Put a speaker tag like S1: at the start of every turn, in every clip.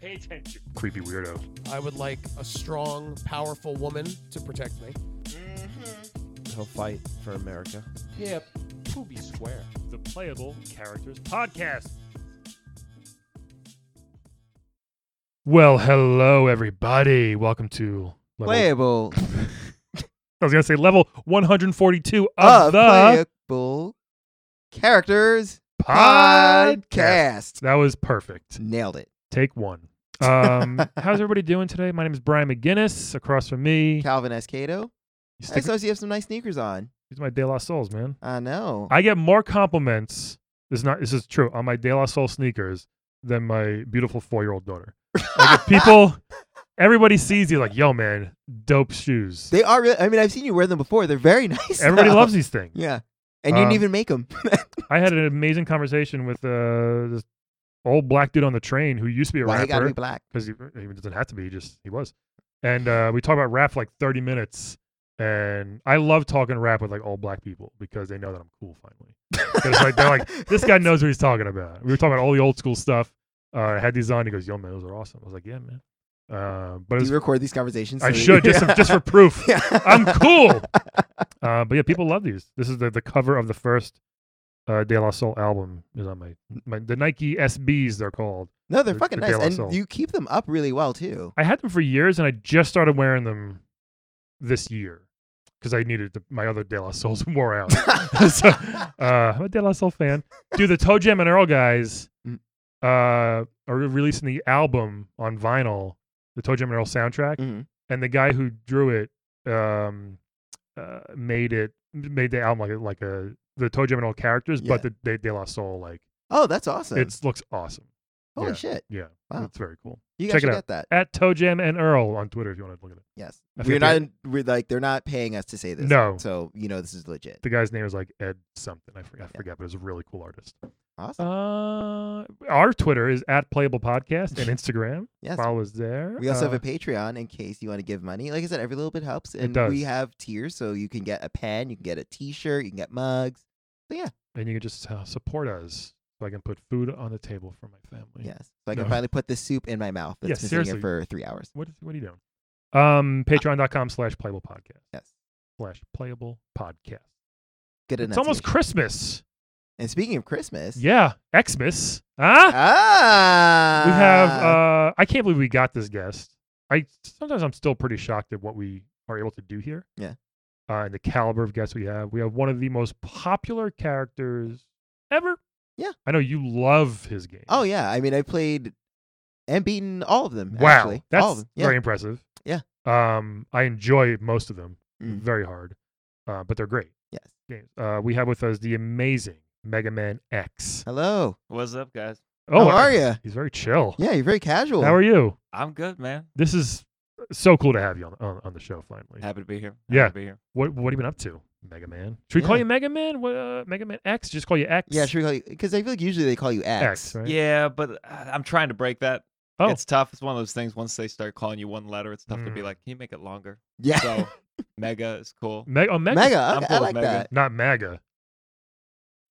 S1: Pay attention. Creepy weirdo.
S2: I would like a strong, powerful woman to protect me.
S3: Mm-hmm. He'll fight for America.
S4: Yeah, be square.
S1: The Playable Characters Podcast. Well, hello, everybody. Welcome to. Level,
S3: Playable.
S1: I was going to say level 142 of
S3: Uh,
S1: the
S3: playable characters podcast.
S1: That was perfect.
S3: Nailed it.
S1: Take one. Um, how's everybody doing today? My name is Brian McGinnis. Across from me,
S3: Calvin Escato.
S1: you
S3: I
S1: stick
S3: suppose you have some nice sneakers on.
S1: these are my De La Souls, man.
S3: I know.
S1: I get more compliments. This is not. This is true on my De La Soul sneakers than my beautiful four-year-old daughter. Like if people, everybody sees you like, yo, man, dope shoes.
S3: They are. Re- I mean, I've seen you wear them before. They're very nice.
S1: Everybody
S3: though.
S1: loves these things.
S3: Yeah, and you
S1: Um,
S3: didn't even make them.
S1: I had an amazing conversation with uh, this old black dude on the train who used to be a
S3: Why you gotta be
S1: rapper
S3: black?
S1: because he, he doesn't have to be. He just he was, and uh, we talked about rap for like thirty minutes. And I love talking rap with like old black people because they know that I'm cool finally. 'Cause, like, they're like, this guy knows what he's talking about. We were talking about all the old school stuff. Uh, I had these on. He goes, "Yo, man, those are awesome." I was like, "Yeah, man." Uh, but it
S3: Do
S1: was,
S3: you record these conversations?
S1: I
S3: so that-
S1: should just for, just for proof.
S3: Yeah.
S1: I'm cool. Uh, but yeah, people love these. This is the, the cover of the first uh, De La Soul album is on my, my the Nike SBs they're called.
S3: No, they're
S1: The-
S3: fucking
S1: the De
S3: nice,
S1: La
S3: and
S1: Soul.
S3: you keep them up really well too.
S1: I had them for years, and I just started wearing them this year because I needed to, my other De La Souls wore out. so, uh, I'm a De La Soul fan. Dude, the Toe Jam and Earl guys uh,
S3: Mm.
S1: are re- releasing the album on vinyl, the Toe Jam and Earl soundtrack,
S3: Mhm.
S1: and the guy who drew it um, uh, made it made the album like a- like a the Toe Jam and Earl characters, but the De, De La Soul like
S3: Oh, that's awesome.
S1: it looks awesome.
S3: Holy
S1: yeah.
S3: shit.
S1: Yeah,
S3: Wow.
S1: it's very cool.
S3: You
S1: Check
S3: guys
S1: it
S3: should
S1: out.
S3: get that.
S1: At Toe Jam and Earl on Twitter if you want to look at it.
S3: Yes.
S1: I
S3: We're
S1: forget
S3: not
S1: the-
S3: in- we're like they're not paying us to say this.
S1: No.
S3: So, you know this is legit.
S1: The guy's name is like Ed something. I forget, I forget but it was a really cool artist.
S3: Awesome.
S1: Uh, our Twitter is at Playable Podcast and Instagram.
S3: yes.
S1: Follow us there.
S3: We also
S1: Uh,
S3: have a Patreon in case you want to give money. Like I said, every little bit helps. And we
S1: does.
S3: have tiers, so you can get a pen, you can get a t shirt, you can get mugs.
S1: and you can just uh, support us so I can put food on the table for my family.
S3: Yes. So I can
S1: No.
S3: finally put this soup in my mouth that's
S1: Yeah,
S3: been sitting
S1: seriously.
S3: here for three hours.
S1: What is what are you doing? Um, Patreon.com slash Playable Podcast
S3: Yes.
S1: slash Playable Podcast.
S3: Good enough.
S1: It's almost Christmas.
S3: And speaking of Christmas.
S1: Yeah, Xmas. Huh?
S3: Ah
S1: we have. Uh, I can't believe we got this guest. I sometimes I'm still pretty shocked at what we are able to do here.
S3: Yeah.
S1: Uh, and the caliber of guests we have. We have one of the most popular characters ever.
S3: Yeah.
S1: I know you love his game.
S3: Oh yeah. I mean I played and beaten all of them.
S1: Wow,
S3: Actually.
S1: that's
S3: all of them. Yeah.
S1: very impressive.
S3: Yeah.
S1: Um, I enjoy most of them.
S3: Mm.
S1: Very hard, uh, but they're great
S3: Yes.
S1: games. Uh, we have with us the amazing Mega Man X.
S3: Hello.
S4: What's up, guys?
S1: Oh,
S3: How
S1: I-
S3: are you?
S1: He's very chill.
S3: Yeah, you're very casual.
S1: How are you?
S4: I'm good, man.
S1: This is so cool to have you on on, on the show finally.
S4: Happy to be here. Happy
S1: Yeah.
S4: to be here.
S1: What what have you been up to, Mega Man? Should we call
S3: Yeah.
S1: you Mega Man? What, uh, Mega Man X? Just call you X.
S3: Yeah, should we call you? Because I feel like usually they call you
S1: X.
S3: X.
S1: Right?
S4: Yeah, but I- I'm trying to break that.
S1: Oh,
S4: It's tough. It's one of those things. Once they start calling you one letter, it's tough to be
S1: Mm.
S4: like, can you make it longer?
S3: Yeah.
S4: So Mega is cool.
S1: Meg- oh, Mega.
S3: Mega.
S4: I'm
S3: Okay,
S4: cool
S3: I
S4: with
S3: like
S4: Mega.
S3: that.
S1: Not Maga.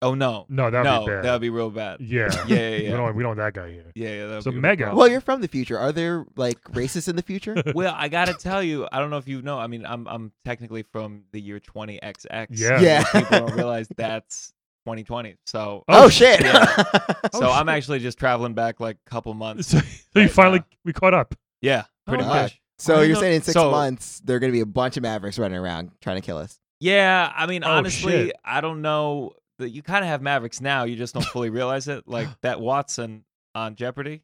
S4: Oh no,
S1: No, that'd
S4: no,
S1: be bad.
S4: that would be real bad. Yeah,
S1: Yeah.
S4: yeah, yeah.
S1: We
S4: yeah.
S1: don't we don't want that guy here.
S4: Yeah, yeah, that would
S1: So
S4: be a real
S1: Mega.
S4: problem.
S3: Well, you're from the future. Are there like racists in the future?
S4: well, I gotta tell you, I don't know if you know. I mean, I'm I'm technically from the year 20XX.
S1: Yeah.
S3: Yeah.
S4: people don't realize that's 2020. So,
S3: oh,
S1: Oh,
S3: shit.
S4: yeah.
S1: Oh,
S4: so I'm
S1: shit.
S4: actually just traveling back like a couple months.
S1: So, so you
S4: Right uh,
S1: finally
S4: now.
S1: we caught up.
S4: Yeah, pretty
S1: Oh,
S4: much.
S3: so
S4: I
S3: you're
S4: know-
S3: saying in six
S4: so-
S3: months there are going to be a bunch of Mavericks running around trying to kill us?
S4: Yeah, I mean,
S1: Oh,
S4: honestly,
S1: shit.
S4: I don't know. That you kind of have Mavericks now. You just don't fully realize it. Like that Watson on Jeopardy.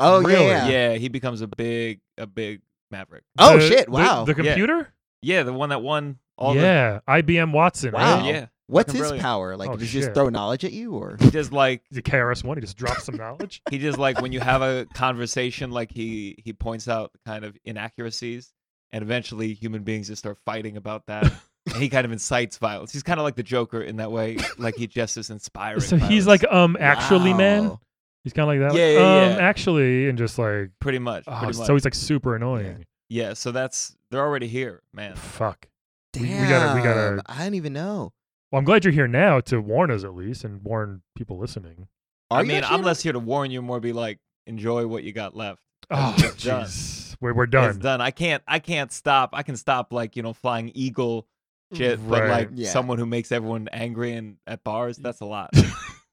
S3: Oh
S1: Really?
S3: yeah.
S4: Yeah. he becomes a big, a big Maverick.
S3: Oh
S1: The-
S3: shit!
S1: the-
S3: Wow.
S1: The,
S4: Yeah.
S1: computer.
S4: Yeah, the one that won all the.
S1: yeah. IBM Watson.
S3: Wow.
S1: Right?
S4: Yeah,
S3: What's
S4: fucking
S3: his
S4: brilliant.
S3: power? Like,
S1: Oh,
S3: does he just
S1: shit.
S3: throw knowledge at you, or
S4: he just like
S1: The KRS One. He just drops some knowledge.
S4: he just like when you have a conversation, like he he points out kind of inaccuracies, and eventually human beings just start fighting about that. and he kind of incites violence. He's kind of like the Joker in that way. Like he just is inspiring.
S1: so he's
S4: violence,
S1: like um actually man.
S3: Wow.
S1: He's kind of like that.
S4: Yeah,
S1: like,
S4: yeah,
S1: um,
S4: yeah.
S1: Actually, and just like
S4: pretty much.
S1: oh,
S4: pretty much.
S1: so he's like super annoying.
S4: yeah. So that's they're already here, man.
S1: Fuck.
S3: Damn.
S1: We- we gotta- we gotta-
S3: I don't even know.
S1: Well, I'm glad you're here now to warn us at least and warn people listening.
S3: Are
S4: I
S3: you
S4: mean,
S3: actually
S4: I'm
S3: in-
S4: less here to warn you, more be like, enjoy what you got left.
S1: Oh,
S4: It's done.
S1: jeez. We're, we're done.
S4: It's done. I can't. I can't stop. I can stop like you know flying eagle shit, but
S1: Right.
S4: like
S3: Yeah.
S4: someone who makes everyone angry and at bars, that's a lot.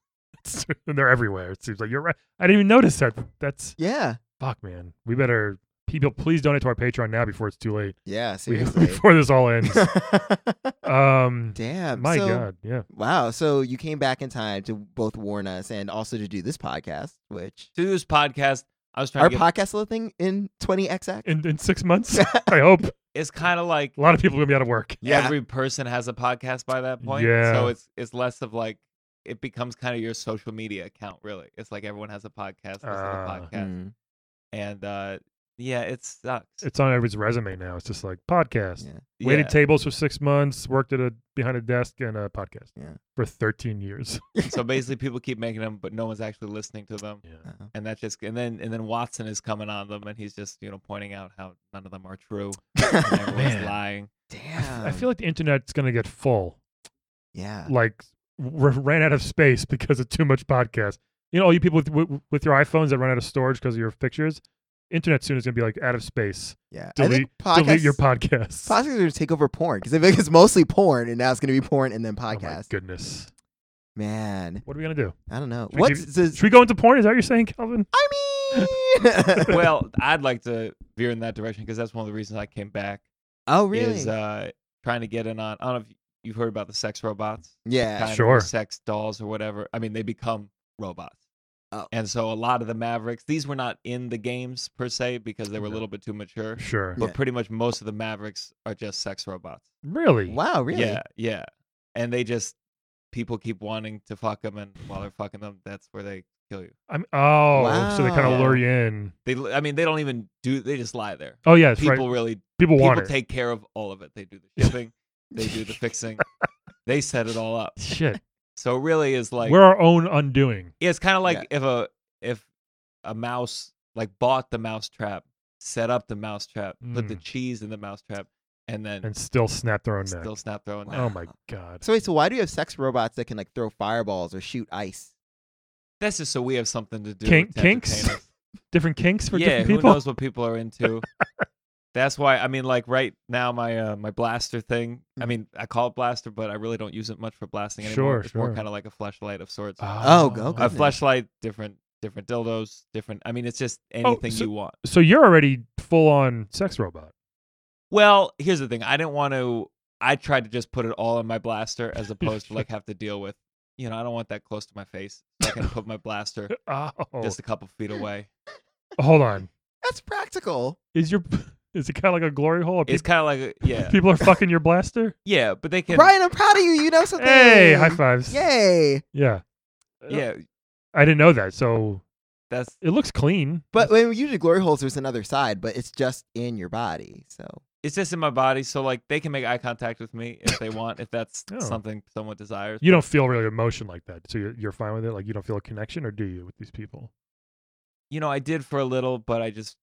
S1: and they're everywhere. It seems like you're right. I didn't even notice that. That's
S3: Yeah.
S1: fuck, man. We better people please donate to our Patreon now before it's too late.
S3: Yeah.
S1: We-
S3: Seriously.
S1: before this all ends. um,
S3: Damn.
S1: my
S3: so-
S1: god, yeah.
S3: Wow. So you came back in time to both warn us and also to do this podcast, which
S4: to this podcast, I was trying
S3: our
S4: to. Get,
S3: podcast little thing in 20XX.
S1: In in six months, I hope a
S4: it's kind of like
S1: lot of people are gonna be out of work.
S3: Yeah.
S4: every person has a podcast by that point.
S1: Yeah.
S4: So it's it's less of like it becomes kind of your social media account. Really, it's like everyone has a podcast. This
S1: Ah.
S4: little podcast,
S3: Mm,
S4: and uh, yeah, it sucks.
S1: It's on everybody's resume now. It's just like podcast.
S3: yeah.
S1: Waited
S4: Yeah.
S1: tables for six months. Worked at a behind a desk and a podcast
S3: Yeah.
S1: for thirteen years.
S4: so basically, people keep making them, but no one's actually listening to them.
S1: Yeah.
S3: Uh-huh.
S4: and that's just and then and then Watson is coming on them and he's just you know pointing out how none of them are true and everyone's
S1: Man.
S4: lying.
S3: Damn.
S1: I feel like the internet's gonna get full.
S3: yeah.
S1: Like r- ran out of space because of too much podcast. You know, all you people with with, with your iPhones that run out of storage because of your pictures. Internet soon is gonna be like out of space.
S3: Yeah. I
S1: Delete
S3: think podcasts,
S1: delete your podcasts.
S3: Podcasts are going to take over porn because I think it's mostly porn and now it's going to be porn and then
S1: Oh my
S3: podcast.
S1: goodness,
S3: Man,
S1: what are we gonna do?
S3: I don't know.
S1: Should we
S3: What's
S1: give-
S3: this?
S1: Should we go into porn? Is that what you're saying, Calvin?
S3: I mean,
S4: well, I'd like to veer in that direction because that's one of the reasons I came back.
S3: oh, really?
S4: Is uh, trying to get in on. I don't know if you've heard about the sex robots.
S3: yeah.
S4: kind of
S1: Uh, Sure.
S4: sex dolls or whatever. I mean, they become robots.
S3: Oh.
S4: And so a lot of the Mavericks, these were not in the games per se because they were a
S1: No.
S4: little bit too mature.
S1: Sure.
S4: But
S3: Yeah.
S4: pretty much most of the Mavericks are just sex robots.
S1: Really?
S3: Wow, really?
S4: Yeah, yeah. And they just people keep wanting to fuck them, and while they're fucking them, that's where they kill you.
S1: I'm, oh, so they kind
S3: Wow.
S1: of lure you in.
S4: They, I mean, they don't even do. They just lie there.
S1: Oh yeah, that's
S4: people
S1: right.
S4: really,
S1: People want
S4: people
S1: it.
S4: take care of all of it. They do the shipping, they do the fixing, they set it all up.
S1: Shit,
S4: So it really is like
S1: we're our own undoing.
S4: it's kind of like
S3: Yeah.
S4: if a if a mouse like bought the mouse trap, set up the mouse trap, put the
S1: Mm.
S4: cheese in the mouse trap, and then
S1: and still snap their own neck.
S4: still snap their own neck.
S1: Oh my god.
S3: So wait, so why do you have sex robots that can like throw fireballs or shoot ice?
S4: That's just so we have something to do.
S1: Kink-
S4: to
S1: kinks?
S4: entertain us.
S1: different kinks for
S4: yeah,
S1: different
S4: who
S1: people.
S4: knows what people are into? That's why I mean, like right now, my uh, my blaster thing. I mean, I call it blaster, but I really don't use it much for blasting
S1: Mm-hmm.
S4: anymore.
S1: Sure,
S4: it's more
S1: sure.
S4: kind of like a flashlight of sorts.
S3: Oh, go-
S4: a
S3: goodness.
S4: flashlight, different different dildos, different. I mean, it's just anything
S1: Oh, so-
S4: you want.
S1: So you're already full on sex robot.
S4: Well, here's the thing. I didn't want to. I tried to just put it all in my blaster, as opposed to like have to deal with. You know, I don't want that close to my face. So I can put my blaster
S1: Oh,
S4: just a couple feet away.
S1: hold on.
S3: That's practical.
S1: Is your is it kind of like a glory hole? Are
S4: It's
S1: peop-
S4: kind of like a, yeah,
S1: People are fucking your blaster.
S4: yeah, but they can.
S3: Brian, I'm proud of you. You know something.
S1: Hey, high fives.
S3: Yay.
S1: Yeah.
S4: Yeah,
S1: I didn't know that. So
S4: that's
S1: it looks clean.
S3: But when usually glory holes, there's another side, but it's just in your body. So
S4: it's just in my body, so like they can make eye contact with me if they want, if that's
S1: Oh.
S4: something someone desires.
S1: you don't feel really emotion like that. So you're, you're fine with it. Like you don't feel a connection, or do you with these people?
S4: You know, I did for a little, but I just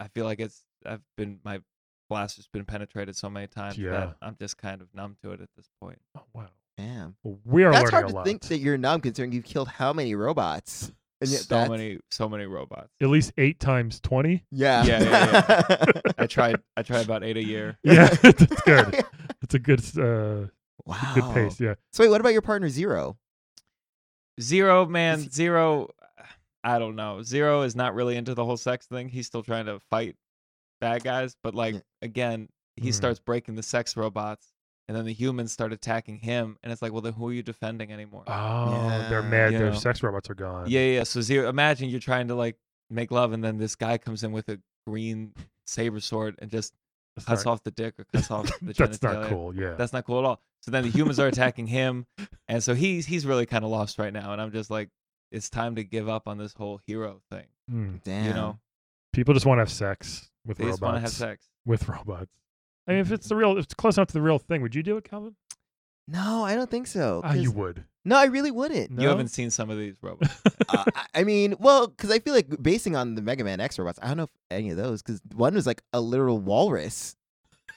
S4: I feel like it's I've been my blaster's been penetrated so many times
S1: Yeah.
S4: that I'm just kind of numb to it at this point.
S1: Oh wow.
S3: damn,
S1: Well, we are
S3: that's
S1: learning
S3: hard
S1: a
S3: to
S1: lot.
S3: think that you're numb considering you've killed how many robots. And yet
S4: so
S3: that's-
S4: many, so many robots.
S1: At least eight times twenty.
S3: Yeah.
S4: Yeah, yeah, I tried, I tried about eight a year.
S1: Yeah, that's good. That's a good uh,
S3: wow.
S1: good pace. Yeah.
S3: So wait, what about your partner Zero?
S4: Zero, man, zero. I don't know. Zero is not really into the whole sex thing. He's still trying to fight bad guys, but like
S3: Yeah.
S4: again, he
S1: Mm.
S4: starts breaking the sex robots, and then the humans start attacking him, and it's like, well, then who are you defending anymore?
S1: Oh,
S3: Yeah.
S1: they're mad.
S4: You
S1: Their
S4: know.
S1: sex robots are gone.
S4: yeah, yeah. So zero. Imagine you're trying to like make love, and then this guy comes in with a green saber sword and just
S1: That's
S4: cuts
S1: not-
S4: off the dick or cuts off the
S1: That's
S4: genitalia.
S1: not cool. Yeah.
S4: That's not cool at all. So then the humans are attacking him, and so he's he's really kind of lost right now. And I'm just like, it's time to give up on this whole hero thing.
S1: Mm.
S3: Damn.
S4: You know,
S1: People just want to have sex with
S4: they just
S1: robots.
S4: want to have sex.
S1: With robots. I mean, if it's the real, if it's close enough to the real thing, would you do it, Calvin?
S3: No, I don't think so.
S1: Ah, you
S3: 'cause-
S1: would.
S3: no, I really wouldn't.
S1: No?
S4: You haven't seen some of these robots.
S3: uh, I- I mean, well, because I feel like basing on the Mega Man X robots, I don't know if any of those, because one was like a literal walrus.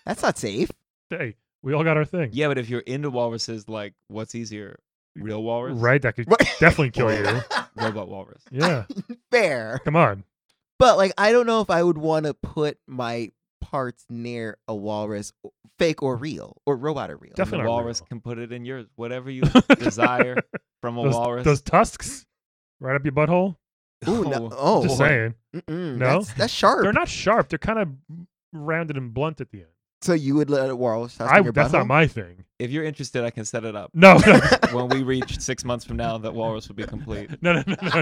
S3: That's not safe.
S1: Hey, we all got our thing.
S4: yeah, but if you're into walruses, like, what's easier, real walrus,
S1: Right. That could
S3: Right.
S1: definitely kill you.
S4: robot walrus?
S1: Yeah.
S3: Fair.
S1: Come on.
S3: But like, I don't know if I would want to put my parts near a walrus, fake or real, or robot or real.
S4: And
S1: Definitely
S4: the
S1: not
S4: walrus
S1: real.
S4: can put it in yours, whatever you desire from a
S1: those,
S4: walrus.
S1: those tusks right up your butthole.
S3: Ooh, no,
S4: Oh,
S3: oh,
S1: Just
S4: boy.
S1: saying,
S3: mm-mm,
S1: No?
S3: that's, that's sharp.
S1: they're not sharp. They're kind of rounded and blunt at the end.
S3: so you would let a walrus touch
S1: I,
S3: your
S1: that's not
S3: butthole?
S1: my thing.
S4: If you're interested, I can set it up.
S1: No, no,
S4: when we reach six months from now, that walrus will be complete.
S1: no, no, no, no.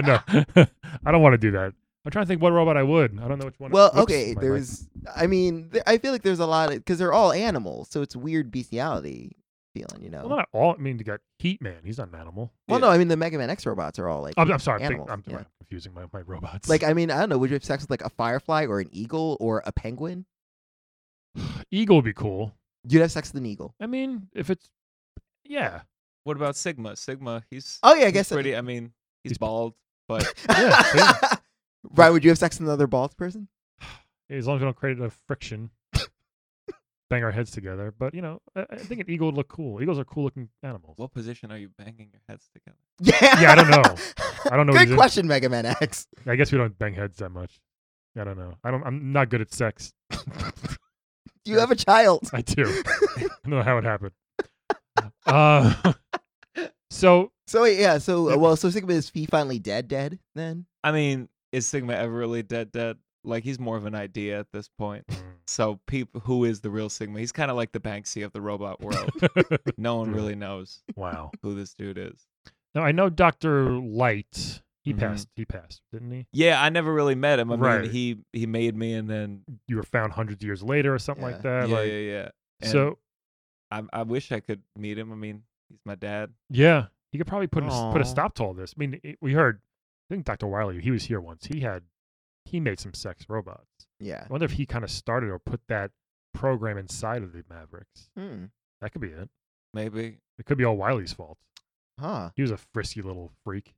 S1: no. I don't want to do that. I'm trying to think what robot I would. I don't know which one.
S3: Well,
S1: Whoops,
S3: okay,
S1: my mic.
S3: there's. I mean, th- I feel like there's a lot of because they're all animals, so it's weird bestiality feeling, you know.
S1: Well, not all. I mean, you got Heat Man. He's not an animal.
S3: Well, no, I mean the Mega Man X robots are all like,
S1: I'm, I'm sorry. I'm, thinking-
S3: Animals,
S1: I'm-
S3: yeah.
S1: I'm confusing my, my robots.
S3: like I mean, I don't know. Would you have sex with like a firefly or an eagle or a penguin?
S1: Eagle would be cool.
S3: You'd have sex with an eagle.
S1: I mean, if it's yeah,
S4: What about Sigma? Sigma, he's
S3: Oh yeah, I
S4: he's
S3: guess.
S4: pretty. I mean, he's
S1: He's-
S4: bald, but
S1: Yeah,
S3: Brian, would you have sex with another bald person?
S1: as long as we don't create enough friction, bang our heads together. But you know, I, I think an eagle would look cool. Eagles are cool looking animals.
S4: what position are you banging your heads together?
S3: Yeah.
S1: Yeah, I don't know. I don't know what he's
S3: Good
S1: in-
S3: question, Mega Man X.
S1: I guess we don't bang heads that much. I don't know. I don't. I'm not good at sex.
S3: You have a child.
S1: I do. I don't know how it happened. Uh, so
S3: So wait, yeah. So uh, well, so Sigma is he finally dead? Dead then?
S4: I mean, is Sigma ever really dead? Dead? Like he's more of an idea at this point.
S3: Mm,
S4: So, people, who is the real Sigma? He's kind of like the Banksy of the robot world. no one
S1: Yeah.
S4: really knows
S1: wow.
S4: who this dude is.
S1: Now I know Doctor Light. He
S4: Mhm.
S3: Mm-hmm.
S1: passed. He passed, didn't he?
S4: Yeah, I never really met him. I
S1: Right.
S4: mean, he he made me, and then
S1: You were found hundreds of years later, or something like that.
S4: yeah,
S1: like,
S4: yeah, yeah. And
S1: So
S4: I, I wish I could meet him. I mean, he's my dad.
S1: yeah, you could probably put a, put
S3: Aw.
S1: a stop to all this. I mean, it, we heard. I think Doctor Wiley. He was here once. He had. He made some sex robots.
S3: Yeah.
S1: I wonder if he kind of started or put that program inside of the Mavericks.
S3: Hmm.
S1: That could be it.
S4: Maybe
S1: It could be all Wiley's fault.
S3: Huh.
S1: He was a frisky little freak.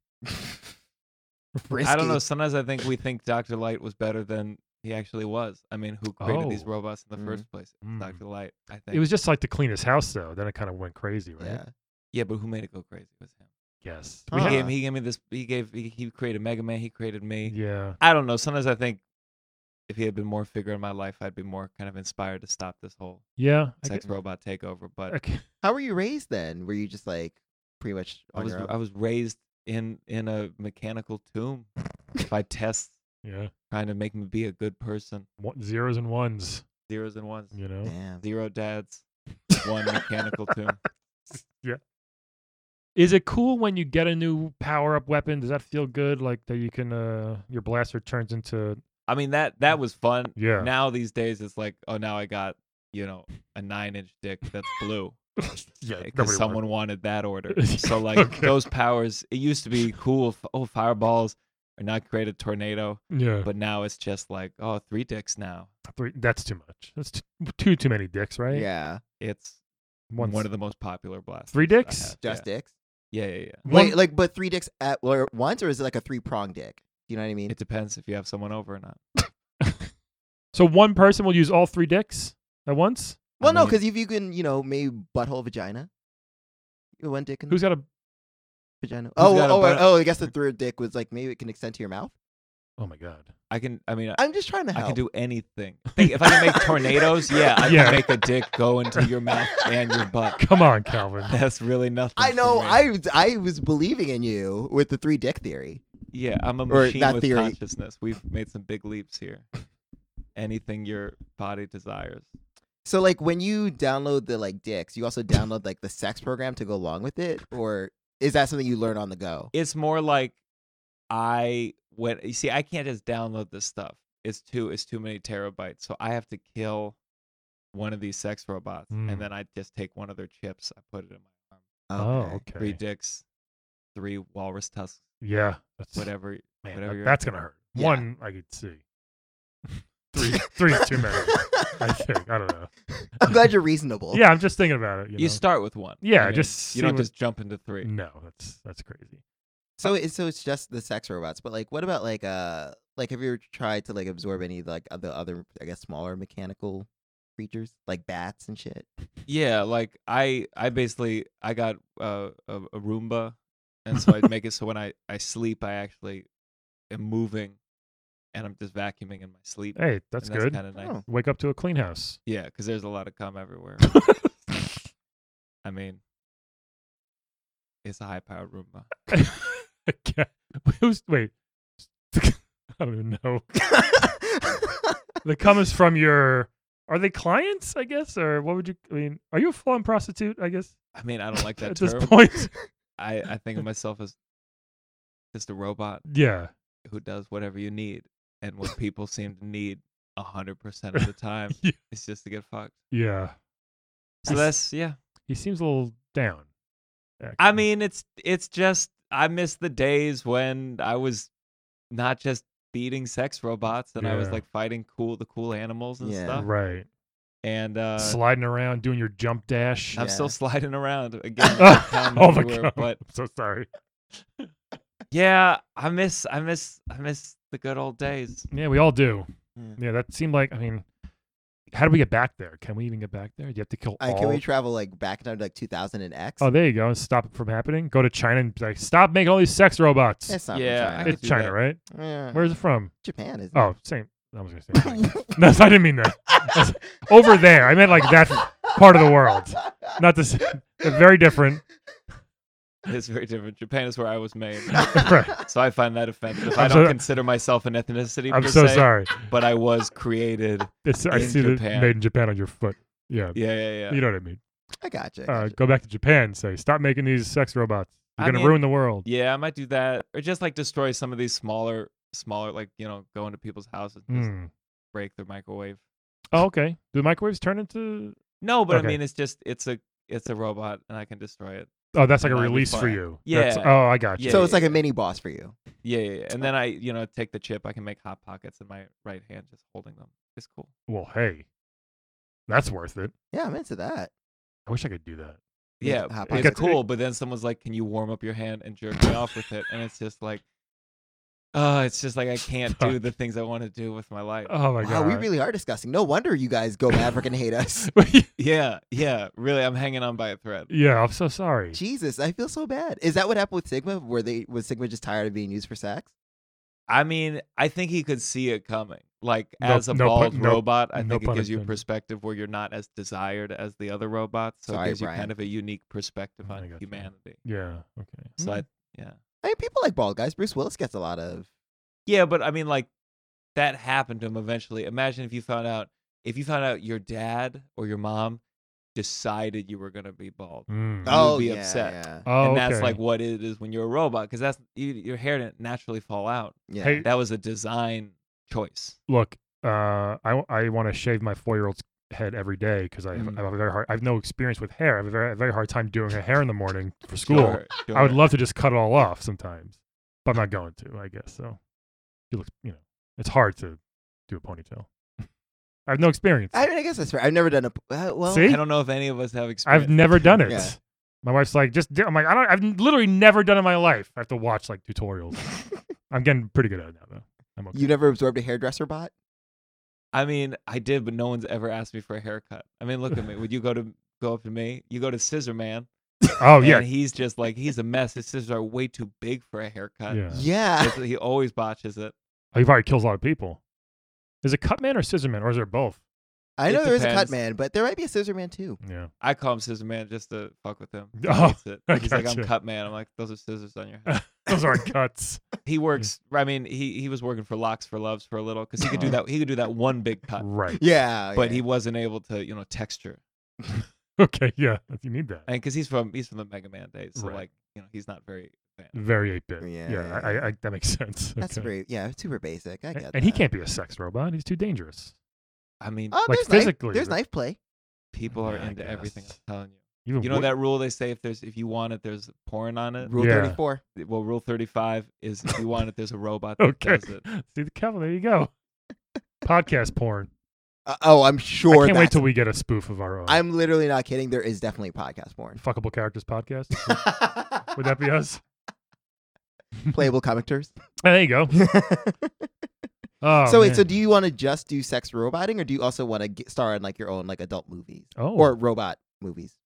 S4: I don't know.
S3: Risky.
S4: Sometimes I think we think Doctor Light was better than he actually was. I mean, who created these
S1: Oh.
S4: robots in the
S3: Mhm.
S4: first place?
S1: Mm.
S4: Doctor Light, I think.
S1: It was just like to clean his house, though. Then it kind of went crazy, right?
S3: Yeah.
S4: yeah, but who made it go crazy was him.
S1: Yes.
S3: We
S4: He,
S3: had-
S4: gave, he gave me this. He gave. He, he created Mega Man. He created me.
S1: Yeah.
S4: I don't know. Sometimes I think if he had been more a figure in my life, I'd be more kind of inspired to stop this whole
S1: Yeah. I
S4: sex
S1: get-
S4: robot takeover. But
S1: okay.
S3: How were you raised then? Were you just like pretty much
S4: I
S3: on
S4: was
S3: your own?
S4: I was raised in in a mechanical tomb by tests
S1: Yeah.
S4: trying to make me be a good person.
S1: One, zeros and ones,
S4: Zeros and ones.
S1: you know?
S3: Damn.
S4: Zero dads. One mechanical tomb.
S1: Is it cool when you get a new power up weapon? Does that feel good? Like that you can, uh, your blaster turns into,
S4: I mean that that was fun.
S1: Yeah.
S4: Now these days it's like, oh now I got, you know, a nine inch dick that's blue.
S1: yeah,
S4: Because someone wanted that order. So like
S1: Okay.
S4: those powers it used to be cool f- oh fireballs or not create a tornado,
S1: Yeah. But
S4: but now it's just like, oh three dicks now.
S1: three, that's too much. That's t- two too many dicks, right?
S3: Yeah.
S4: It's
S1: One,
S4: one of the most popular blasts.
S1: Three
S4: I
S1: dicks?
S4: have.
S3: Just dicks.
S4: yeah. yeah, yeah, yeah.
S1: one-
S3: Wait, like, but three dicks at or once, or is it like a three prong dick? You know what I mean?
S4: It depends if you have someone over or not.
S1: so one person will use all three dicks at once?
S3: well, no,
S4: mean-
S3: because if you can, you know, maybe butthole vagina, one dick and
S1: Who's got a,
S3: vagina. Oh,
S4: got a
S3: oh,
S4: butt-
S3: oh, I guess the third dick was like maybe it can extend to your mouth.
S1: oh my God.
S4: I can. I mean, I,
S3: I'm just trying to
S4: I
S3: help.
S4: can do anything. Think if I can make tornadoes, yeah, I
S1: Yeah.
S4: can make a dick go into your mouth and your butt.
S1: Come on, Calvin.
S4: That's really nothing.
S3: I
S4: for
S3: know.
S4: me.
S3: I was- I was believing in you with the three dick theory.
S4: Yeah, I'm a
S3: or
S4: machine
S3: that
S4: with
S3: theory.
S4: consciousness. We've made some big leaps here. Anything your body desires.
S3: So like when you download the like dicks, you also download like the sex program to go along with it, or is that something you learn on the go?
S4: It's more like I when you see, I can't just download this stuff. It's too it's too many terabytes. So I have to kill one of these sex robots,
S1: Mm.
S4: and then I just take one of their chips. I put it in my arm.
S1: Oh, okay.
S4: Three dicks, three walrus tusks,
S1: Yeah. That's,
S4: whatever.
S1: Man,
S4: whatever
S1: that-
S4: you're
S1: that's
S4: into.
S1: gonna hurt.
S3: Yeah.
S1: One I could see. three, three's too many. I think. I don't know.
S3: I'm glad you're reasonable.
S1: Yeah, I'm just thinking about it. You,
S4: You,
S1: know?
S4: start with one.
S1: Yeah,
S4: I mean,
S1: just
S4: you
S1: see
S4: don't
S1: what-
S4: just jump into three.
S1: No, that's that's crazy.
S3: So it's so it's just the sex robots, but like, what about like uh like have you ever tried to like absorb any like the other I guess smaller mechanical creatures like bats and shit?
S4: Yeah, like I, I basically I got uh, a, a Roomba, and so I'd make it so when I I sleep, I actually am moving, and I'm just vacuuming in my sleep.
S1: Hey, that's
S4: and
S1: good.
S4: Kind of nice.
S3: Oh.
S1: Wake up to a clean house.
S4: Yeah, because there's a lot of cum everywhere. I mean, it's a high-powered Roomba.
S1: Okay. Who's wait? I don't even know. The cum is from your. Are they clients? I guess, or what would you? I mean, are you a full-on prostitute? I guess
S4: I mean, I don't like that
S1: at
S4: term.
S1: this point.
S4: I, I think of myself as just a robot
S1: yeah.
S4: who does whatever you need and what people seem to need hundred percent of the time
S1: Yeah.
S4: is just to get fucked.
S1: Yeah.
S4: So that's yeah.
S1: He seems a little down.
S4: I
S1: actually.
S4: mean, it's it's just I miss the days when I was not just beating sex robots and I was
S1: Yeah.
S4: like fighting cool the cool animals and
S3: Yeah.
S4: stuff.
S1: right.
S4: And uh,
S1: Sliding around, doing your jump dash.
S4: I'm
S3: Yeah.
S4: still sliding around again. with cum
S1: oh my
S4: everywhere,
S1: god!
S4: But
S1: I'm so sorry.
S4: yeah, I miss I miss I miss the good old days.
S1: Yeah, we all do.
S3: Yeah.
S1: Yeah, that seemed like. I mean, how do we get back there? Can we even get back there? Do you have to kill
S3: I,
S1: all?
S3: can we travel like back in time to like 2000 and X?
S1: oh, there you go. Stop it from happening. Go to China and be like, stop making all these sex robots.
S3: That's not from
S4: Yeah, I
S3: China.
S4: could
S1: it's
S4: do
S1: China,
S4: that. Uh-huh.
S1: right?
S3: Yeah.
S1: Where's it from?
S3: Japan? Is
S1: Oh, same. I was gonna say. No, I didn't mean that. That's- Over there, I meant like that part of the world. Not this. Very different.
S4: It's very different. Japan is where I was made.
S1: Right.
S4: So I find that offensive.
S1: I'm
S4: I don't
S1: so-
S4: consider myself an ethnicity
S1: I'm
S4: per
S1: so
S4: se,
S1: sorry.
S4: but I was created.
S1: It's, I
S4: In
S1: see the
S4: Japan.
S1: made in Japan on your foot. Yeah.
S4: Yeah, yeah, yeah.
S1: You know what I mean.
S3: I gotcha. I
S1: Uh,
S3: gotcha.
S1: go back to Japan. and Say, stop making these sex robots. You're
S4: I
S1: gonna
S4: mean-
S1: ruin the world.
S4: Yeah, I might do that, or just like destroy some of these smaller, smaller, like you know, go into people's houses, just
S1: Mm.
S4: break their microwave.
S1: Oh, okay. Do the microwaves turn into?
S4: No, but
S1: Okay.
S4: I mean, it's just it's a it's a robot, and I can destroy it.
S1: Oh, that's like a
S4: Might be
S1: release for
S4: fun.
S1: you. That's-
S4: Yeah.
S1: oh, I got you.
S4: Yeah,
S3: so
S4: yeah,
S3: it's like a mini boss for you.
S4: Yeah, yeah,
S1: Oh.
S4: yeah. and then I, you know, take the chip. I can make hot pockets in my right hand, just holding them. It's cool.
S1: Well, hey, that's worth it.
S3: Yeah, I'm into that.
S1: I wish I could do that.
S3: Yeah,
S4: Yeah,
S3: hot
S4: it's
S1: pockets.
S4: cool. But then someone's like, "Can you warm up your hand and jerk me off with it?" And it's just like, oh, it's just like I can't do the things I want to do with my life.
S1: Oh my
S3: wow,
S1: god.
S3: we really are discussing. No wonder you guys go Maverick and hate us.
S4: Yeah, yeah. Really, I'm hanging on by a thread.
S1: yeah, I'm so sorry.
S3: Jesus, I feel so bad. Is that what happened with Sigma? Were they was Sigma just tired of being used for sex?
S4: I mean, I think he could see it coming. Like
S1: No-
S4: as a
S1: no pun-
S4: bald
S1: no-
S4: robot, I
S1: no
S4: think
S1: pun
S4: it gives you a
S1: intended.
S4: perspective where you're not as desired as the other robots. So
S3: Sorry,
S4: it gives you
S3: Brian.
S4: kind of a unique perspective
S1: Oh, I
S4: on
S1: gotcha.
S4: humanity.
S1: Yeah. Okay.
S4: So
S1: Hmm.
S4: I, yeah,
S3: I mean, people like bald guys. Bruce Willis gets a lot of.
S4: yeah, but I mean, like that happened to him eventually. Imagine if you found out if you found out your dad or your mom decided you were gonna be bald,
S1: Mm.
S4: Oh, be upset.
S1: Oh,
S4: and that's
S1: okay.
S4: like what it is when you're a robot because that's you, your hair didn't naturally fall out.
S3: yeah.
S1: Hey,
S4: That was a design choice.
S1: look, uh, I want to shave my four year old's head every day because I, have
S4: Mm.
S1: I have a very hard. I have no experience with hair. I have a very, a very hard time doing her hair in the morning for school.
S4: Sure,
S1: I would
S4: sure.
S1: love to just cut it all off sometimes, but I'm not going to. I guess so. She looks, you know, it's hard to do a ponytail. I have no experience.
S3: I mean, I guess that's fair. I've never done a. Uh, well,
S1: See?
S4: I don't know if any of us have experience.
S1: I've never done it.
S3: Yeah.
S1: My wife's like, just. do- I'm like, I don't. I've literally never done it in my life. I have to watch like tutorials. I'm getting pretty good at it now, though. I'm okay.
S3: you never absorbed a hairdresser bot.
S4: I mean, I did, but no one's ever asked me for a haircut. I mean, look at me. Would you go to go up to me? You go to Scissor Man.
S1: oh yeah,
S4: And he's just like he's a mess. His scissors are way too big for a haircut.
S1: yeah.
S3: Yeah.
S4: It's- He always botches it.
S1: Oh, he probably kills a lot of people. Is it cut man or scissor man or is there both?
S3: I
S4: It
S3: know there is a cut
S4: depends.
S3: man, but there might be a scissor man too.
S1: Yeah.
S4: I call him Scissor Man just to fuck with him. He
S1: Oh,
S4: hates it.
S1: I
S4: He's like, I'm
S1: gotcha.
S4: cut man. I'm like, those are scissors on your head.
S1: Those aren't cuts.
S4: He works. I mean, he he was working for Locks for Loves for a little because he could do that. He could do that one big cut,
S1: right.
S3: Yeah.
S4: but
S3: yeah.
S4: he wasn't able to, you know, texture.
S1: Okay, yeah. If you need that.
S4: And because he's from he's from the Mega Man days, so
S1: Right.
S4: like you know he's not very advanced.
S1: Very 8 bit. Yeah. Yeah,
S3: Yeah, yeah,
S1: I,
S3: yeah.
S1: I, I, that makes sense.
S3: That's
S1: okay.
S3: pretty. Yeah, super basic. I
S1: A-
S3: get.
S1: and he
S3: that.
S1: can't be a sex robot. He's too dangerous.
S4: I mean,
S3: Oh,
S1: like,
S3: there's knife-
S1: physically,
S3: there's
S1: but-
S3: knife play.
S4: people are
S1: Yeah, I
S4: into everything.
S1: guess.
S4: I'm telling you.
S1: Even
S4: You know
S1: wo-
S4: that rule they say if there's if you want it, there's porn on it.
S3: Rule
S1: Uh, Yeah.
S3: thirty four.
S4: Well, rule thirty five is if you want it, there's a robot that
S1: Okay.
S4: does it.
S1: See the Kevin. There you go. Podcast porn.
S3: Uh, oh, I'm
S1: I
S3: sure.
S1: can't wait
S3: that's-
S1: till we get a spoof of our own.
S3: I'm literally not kidding. There is definitely podcast porn.
S1: fuckable characters podcast. Would that be us?
S3: Playable commenters.
S1: Oh, there you go. Oh,
S3: so wait, so
S1: man.
S3: do you want to just do sex roboting, or do you also want to get, star in like your own like adult movies
S1: oh.
S3: or robot movies?
S4: I-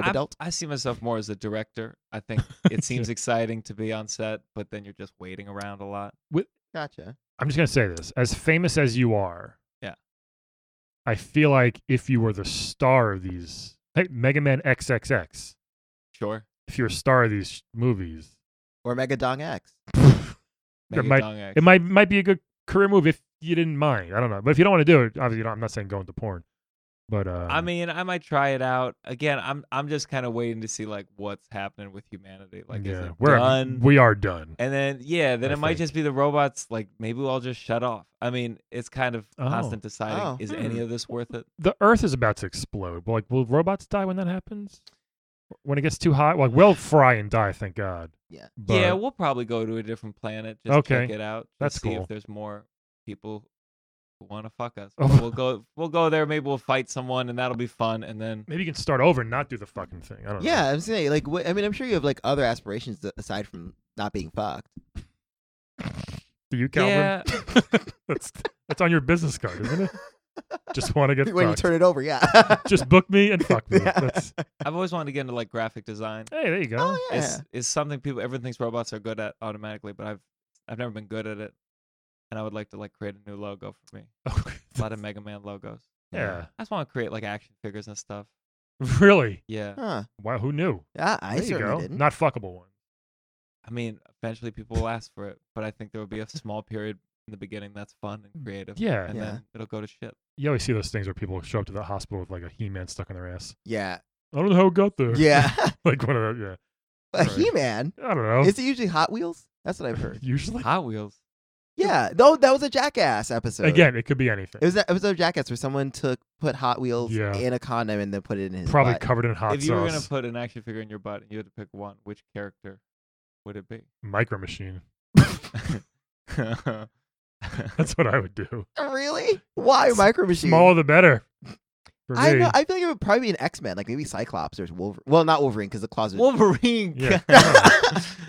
S3: Robodult.
S4: I see myself more as a director. I think it seems exciting to be on set, but then you're just waiting around a lot.
S3: Gotcha.
S1: I'm just gonna say this: as famous as you are,
S4: Yeah.
S1: I feel like if you were the star of these, hey, Mega Man XXX,
S4: Sure.
S1: if you're a star of these sh- movies,
S3: or Mega Dong X.
S1: There
S4: Mega
S1: might-
S4: Dong X.
S1: it might might be a good career move if you didn't mind. I don't know, but if you don't want to do it, obviously, you don't, I'm not saying go into porn, but uh,
S4: I mean, I might try it out again. I'm I'm just kind of waiting to see like what's happening with humanity. Like, is
S1: yeah,
S4: it
S1: we're
S4: done?
S1: we are done.
S4: and then yeah, then
S1: I
S4: it might
S1: think.
S4: just be the robots. Like maybe we'll all just shut off. I mean, it's kind of
S1: Oh.
S4: constant deciding
S3: Oh,
S4: is
S3: hmm.
S4: any of this worth it?
S1: The Earth is about to explode. Like, will robots die when that happens? When it gets too hot, like we'll fry and die. Thank God.
S3: Yeah.
S1: But,
S4: yeah, we'll probably go to a different planet. Just check
S1: Okay.
S4: it out. just
S1: That's
S4: see
S1: cool.
S4: if there's more people who want to fuck us.
S1: Oh.
S4: We'll go. We'll go there. Maybe we'll fight someone, and that'll be fun. And then
S1: Maybe you can start over and not do the fucking thing. I don't know.
S3: Yeah, I'm saying like what, I mean I'm sure you have like other aspirations a- aside from not being fucked.
S1: Do you, Calvin?
S4: yeah,
S1: That's that's on your business card, isn't it? Just want to get
S3: when you
S1: fucked.
S3: turn it over, yeah. Oh,
S1: Just book me and fuck me.
S3: Yeah.
S1: That's,
S4: I've always wanted to get into like graphic design.
S1: hey, there you go.
S3: oh yeah.
S4: It's is something people everyone thinks robots are good at automatically, but I've I've never been good at it, and I would like to like create a new logo for me.
S3: Oh,
S4: A lot of Mega Man logos.
S1: yeah.
S4: I just want to create like action figures and stuff.
S1: Really?
S4: Yeah,
S3: Huh.
S1: Wow. Who knew?
S3: Yeah, I
S1: There you
S3: certainly
S1: go.
S3: didn't.
S1: Not fuckable one.
S4: I mean, eventually people will ask for it, but I think there will be a small period in the beginning that's fun and creative.
S1: Mm, Yeah.
S4: and
S3: Yeah.
S4: then it'll go to shit.
S1: You always see those things where people show up to the hospital with like a He-Man stuck on their ass.
S3: yeah.
S1: I don't know how it got there.
S3: Yeah.
S1: like one of those.
S3: A
S1: Sorry.
S3: He Man.
S1: Yeah. I don't know.
S3: Is it usually Hot Wheels? That's what I've heard.
S1: Usually,
S4: Hot Wheels.
S3: Yeah. No, that was a Jackass episode.
S1: again, it could be anything.
S3: It was that episode of Jackass where someone took put Hot Wheels
S1: Yeah.
S3: in a condom and then put it in his
S1: Probably
S3: butt.
S1: covered in hot
S4: if you were gonna
S1: sauce.
S4: put an action figure in your butt and you had to pick one, which character would it be?
S1: Micro machine. That's what I would do.
S3: really? Why micro machine?
S1: Smaller the better. For
S3: I
S1: me.
S3: know. I feel like it would probably be an X Men, like maybe Cyclops or Wolverine. Well, not Wolverine because the claws. Would...
S4: Wolverine.
S1: Yeah.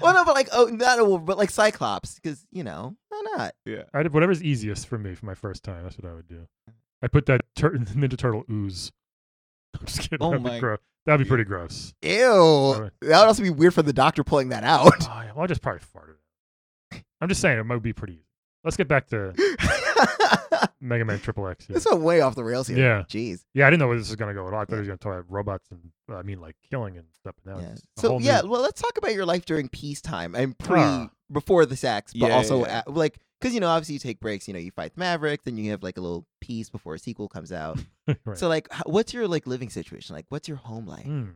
S3: well, no, but like oh, not a Wolverine, but like Cyclops because you know why not?
S4: yeah.
S1: I did whatever's easiest for me for my first time. That's what I would do. I put that tur- Ninja Turtle ooze. I'm just kidding.
S4: Oh
S1: that'd,
S4: my
S1: be gross. that'd be pretty gross.
S3: Ew, that would also be weird for the doctor pulling that out.
S1: Oh, yeah, well, I just probably farted. I'm just saying it might be pretty. Easy. Let's get back to Mega Man Triple X. Yeah.
S3: this went way off the rails here.
S1: Yeah.
S3: Jeez.
S1: yeah, I didn't know where this was gonna go at all. I thought it was gonna talk about robots and uh, I mean like killing and stuff. But now
S3: Yeah.
S1: it's a
S3: So
S1: whole new-
S3: yeah, well, let's talk about your life during peacetime and pre
S1: Ah.
S3: before the sex, but
S4: Yeah,
S3: also
S4: yeah, yeah.
S3: At, like because you know obviously you take breaks. You know you fight the Maverick, then you have like a little piece before a sequel comes out.
S1: Right.
S3: So like, h- what's your like living situation? Like, what's your home life?
S1: Hmm.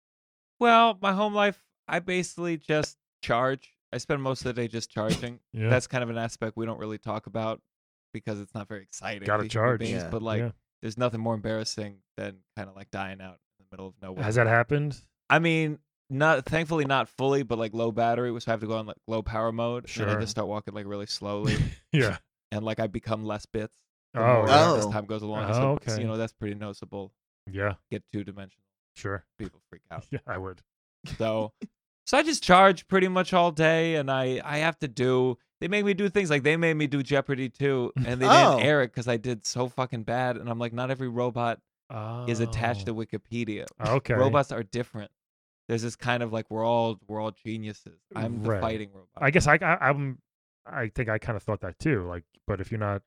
S4: Well, my home life, I basically just charge. I spend most of the day just charging.
S1: yeah.
S4: That's kind of an aspect we don't really talk about because it's not very exciting.
S1: Gotta
S4: to human
S1: charge.
S4: beings,
S3: Yeah.
S4: But like,
S1: Yeah.
S4: there's nothing more embarrassing than kind of like dying out in the middle of nowhere.
S1: has that happened?
S4: I mean, not thankfully not fully, but like low battery, which I have to go on like low power mode. And then I
S1: Sure.
S4: just start walking like really slowly,
S1: Yeah.
S4: and like I become less bits. the
S1: Oh
S4: more
S1: yeah.
S3: Oh.
S4: as time goes along.
S1: Oh,
S4: so,
S1: okay.
S4: you know that's pretty noticeable.
S1: yeah.
S4: Get two dimensional,
S1: Sure.
S4: people freak out.
S1: Yeah, I would.
S4: So, so I just charge pretty much all day, and I I have to do. They make me do things like they made me do Jeopardy too, and they
S3: Oh.
S4: didn't air it because I did so fucking bad. And I'm like, not every robot is attached to Wikipedia.
S1: Oh. Ah, okay.
S4: Robots are different. There's this kind of like we're all we're all geniuses. I'm the
S1: Right.
S4: fighting robot.
S1: I guess I, I I'm I think I kind of thought that too. Like, but if you're not,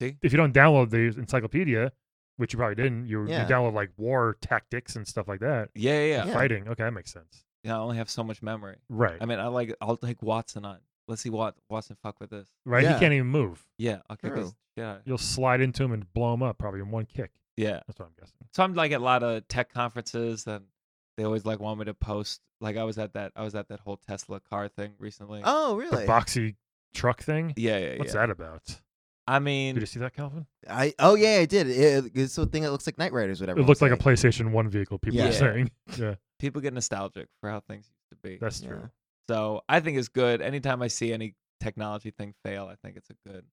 S4: See?
S1: if you don't download the encyclopedia, which you probably didn't, you,
S3: Yeah.
S1: you download like war tactics and stuff like that,
S4: yeah, yeah, yeah.
S3: Yeah.
S1: fighting. Okay, that makes sense.
S4: You know, I only have so much memory.
S1: Right,
S4: I mean, I like I'll take Watson on. Let's see what Watson fuck with this.
S1: right.
S3: yeah.
S1: He can't even move.
S4: Yeah, I'll kick this.
S3: True.
S4: Yeah,
S1: You'll slide into him and blow him up probably in one kick.
S4: yeah.
S1: That's what I'm guessing.
S4: so I'm like at a lot of tech conferences and they always like want me to post like I was at that I was at that whole Tesla car thing recently.
S3: Oh, really?
S1: The boxy truck thing.
S4: Yeah, yeah, yeah.
S1: What's that about?
S4: I
S1: Did
S4: mean
S1: you see that, Calvin?
S3: I oh yeah, I did. It, it's the thing that looks like Knight Riders, whatever.
S1: It looked like a PlayStation One vehicle. People
S4: Yeah.
S1: are saying. Yeah,
S4: people get nostalgic for how things used to be.
S1: that's
S3: Yeah.
S1: true.
S4: so I think it's good. Anytime I see any technology thing fail, I think it's a good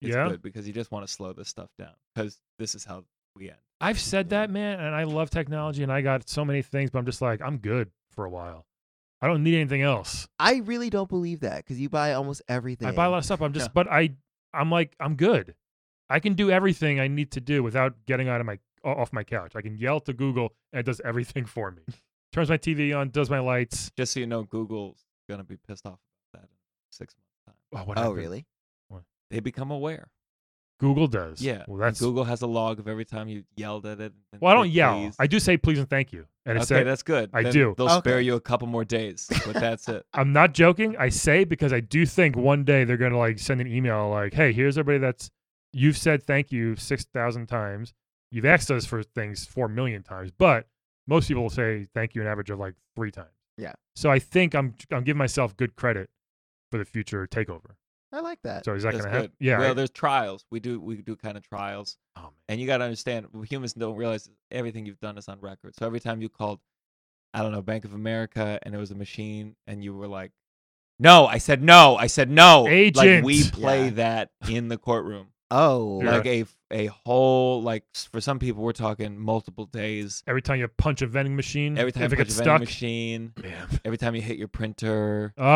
S4: it's
S1: Yeah?
S4: good because you just want to slow this stuff down because this is how we end.
S1: I've said
S3: Yeah.
S1: that, man, and I love technology and I got so many things, but I'm just like, I'm good for a while. I don't need anything else.
S3: I really don't believe that because you buy almost everything.
S1: I buy a lot of stuff. I'm just,
S4: Yeah.
S1: but I, I'm like, I'm good. I can do everything I need to do without getting out of my o- off my couch. I can yell to Google and it does everything for me. Turns my TV on, does my lights.
S4: Just so you know, Google's gonna be pissed off about that in six months time.
S1: Oh, what
S3: Oh
S1: happened?
S3: really?
S1: What?
S4: they become aware.
S1: Google does.
S4: Yeah.
S1: Well,
S4: and
S1: that's.
S4: Google has a log of every time you yelled at it. and
S1: Well, I don't
S4: said
S1: yell.
S4: please.
S1: I do say please and thank you, and
S4: okay,
S1: it's said,
S4: that's good.
S1: I
S4: Then
S1: do.
S4: They'll
S3: Okay.
S4: spare you a couple more days, but that's it.
S1: I'm not joking. I say because I do think one day they're gonna like send an email like, "Hey, here's everybody that's you've said thank you six thousand times. You've asked us for things four million times, but most people will say thank you an average of like three times.
S3: Yeah.
S1: So I think I'm I'm giving myself good credit for the future takeover.
S3: I like that.
S1: So is that
S4: That's
S1: gonna happen?
S4: good.
S1: Yeah.
S4: Well, there's trials. We do we do kind of trials,
S1: oh, man.
S4: and you got to understand well, humans don't realize everything you've done is on record. So every time you called, I don't know, Bank of America, and it was a machine, and you were like, "No," I said, "No," I said, "No." Like we
S1: Agent.
S4: play
S3: Yeah.
S4: that in the courtroom,
S3: oh,
S1: Yeah.
S4: like a a whole like s- for some people we're talking multiple days.
S1: Every time you punch a vending machine,
S4: Every time
S1: if
S4: you
S1: it
S4: punch a
S1: gets
S4: vending
S1: stuck,
S4: machine,
S1: man.
S4: every time you hit your printer,
S1: Oh,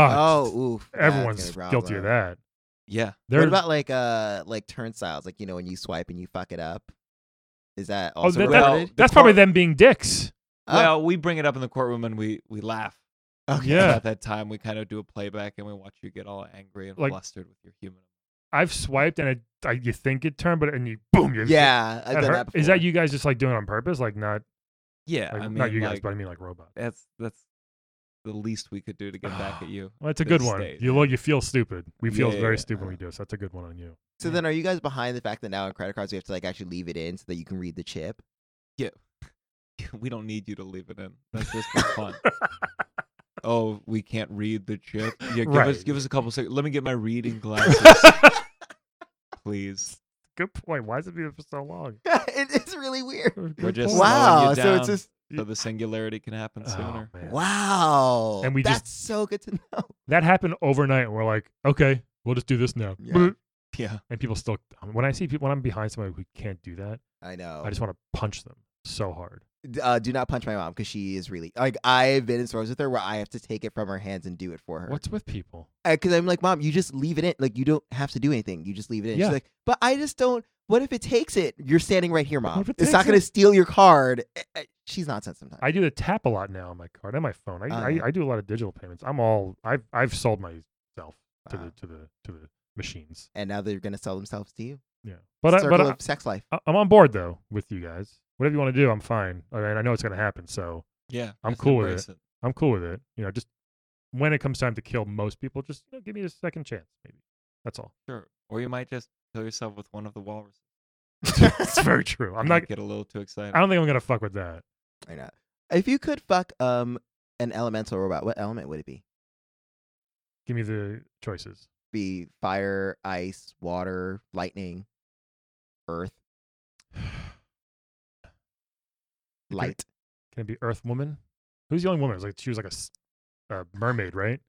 S3: oh, oof, that's gonna
S1: everyone's
S3: be a
S1: guilty of
S3: problem.
S1: that.
S4: yeah,
S1: They're,
S3: What about like uh like turnstiles? Like you know when you swipe and you fuck it up, is that
S1: oh,
S3: also
S1: that, that-
S4: Well,
S3: recorded?
S4: the
S1: that's probably
S4: court-
S1: them being dicks.
S3: Oh.
S4: Well, we bring it up in the courtroom and we we laugh.
S3: Okay.
S1: Yeah.
S4: At that time, we kind of do a playback and we watch you get all angry and
S1: Like-
S4: flustered with your human.
S1: I've swiped and it, I, you think it turned, but and you boom, you
S3: Yeah, I've
S1: that
S3: done
S1: hurt.
S3: that
S1: Is that
S3: before.
S1: you guys just like doing it on purpose? Like not,
S4: Yeah,
S1: like,
S4: I mean,
S1: not you guys,
S4: like,
S1: but I mean like robot.
S4: that's that's the least we could do to get back at you.
S1: Well, that's a
S4: this
S1: good one.
S4: state.
S1: You look, you feel stupid. We feel
S4: Yeah,
S1: very
S4: yeah,
S1: stupid when we do it. So that's a good one on you.
S3: So then, are you guys behind the fact that now on credit cards we have to like actually leave it in so that you can read the chip?
S4: we don't need you to leave it in. That's just for fun. oh, we can't read the chip. Yeah, give us
S1: Right.
S4: give us a couple seconds. Let me get my reading glasses, please.
S1: good point. Why does it be there for so long?
S3: it, it's really weird.
S1: Good
S4: We're just
S1: point.
S4: slowing you
S3: Wow. So
S4: down.
S3: it's just
S4: So the singularity can happen
S1: Oh,
S4: sooner.
S1: man.
S3: wow.
S1: And we just-
S3: that's so good to know.
S1: That happened overnight. And we're like, okay, we'll just do this now.
S3: Yeah.
S1: Bloop.
S4: yeah,
S1: And people still, um, when I see people, when I'm behind somebody who can't do that,
S3: I know.
S1: I just want to punch them so hard.
S3: D- uh, do not punch my mom because she is really like I've been in stores with her where I have to take it from her hands and do it for her.
S1: What's with people?
S3: because I'm like, mom, you just leave it in. Like, you don't have to do anything. You just leave it in.
S1: Yeah.
S3: She's like, but I just don't. What if it takes it? You're standing right here, mom.
S1: if it
S3: It's not
S1: takes
S3: going
S1: it?
S3: to steal your card. Eh, eh, She's nonsense sometimes.
S1: I do the tap a lot now on my card and my phone. I,
S3: Oh,
S1: I,
S3: yeah.
S1: I do a lot of digital payments. I'm all I've I've sold myself to
S3: Wow.
S1: the to the to the machines.
S3: and now they're going to sell themselves to you.
S1: Yeah, but I,
S3: Circle
S1: but
S3: of sex life.
S1: I, I'm on board though with you guys. Whatever you want to do, I'm fine. I mean, I know it's gonna happen, so
S4: yeah.
S1: I'm
S4: just
S1: cool with
S4: embrace
S1: I'm cool with it. You know, just when it comes time to kill most people, just you know, give me a second chance, maybe. That's all.
S4: Sure. Or you might just kill yourself with one of the walruses.
S1: It's very true. I'm
S4: You
S1: not.
S4: might get a little too excited.
S1: I don't think I'm gonna fuck with that.
S3: Why not? If you could fuck um an elemental robot, what element would it be?
S1: Give me the choices.
S3: Be fire, ice, water, lightning, earth, light.
S1: Can it be Earth Woman? Who's the only woman? It was like she was like a s- a mermaid, right?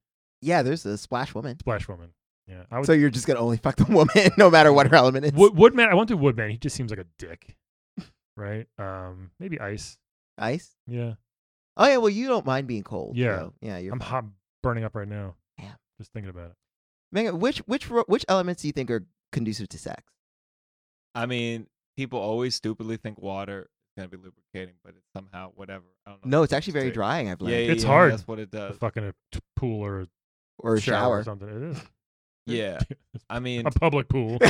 S3: Yeah, there's a splash woman.
S1: Splash Woman. Yeah, I would
S3: So you're just going to only fuck the woman no matter what her element is?
S1: Wood, Woodman. I went to Woodman. He just seems like a dick, right? Um, maybe Ice.
S3: Ice?
S1: Yeah,
S3: Oh, yeah. Well, you don't mind being cold.
S1: Yeah.
S3: so, yeah, you're
S1: I'm
S3: fine.
S1: hot, burning up right now.
S3: Damn.
S1: Just thinking about it.
S3: Megan, which which ro- which elements do you think are conducive to sex?
S4: I mean, people always stupidly think water is going to be lubricating, but it's somehow whatever. I don't know.
S3: No, it's actually very
S4: Take-
S3: drying. I've
S4: Yeah,
S3: learned,
S4: yeah,
S1: Uh, It's
S4: yeah,
S1: hard.
S4: That's what it
S1: A
S4: does.
S1: fucking a t- pool or a
S3: or a
S1: shower. or
S3: shower.
S1: something. It is.
S4: Yeah. I mean,
S1: a public pool.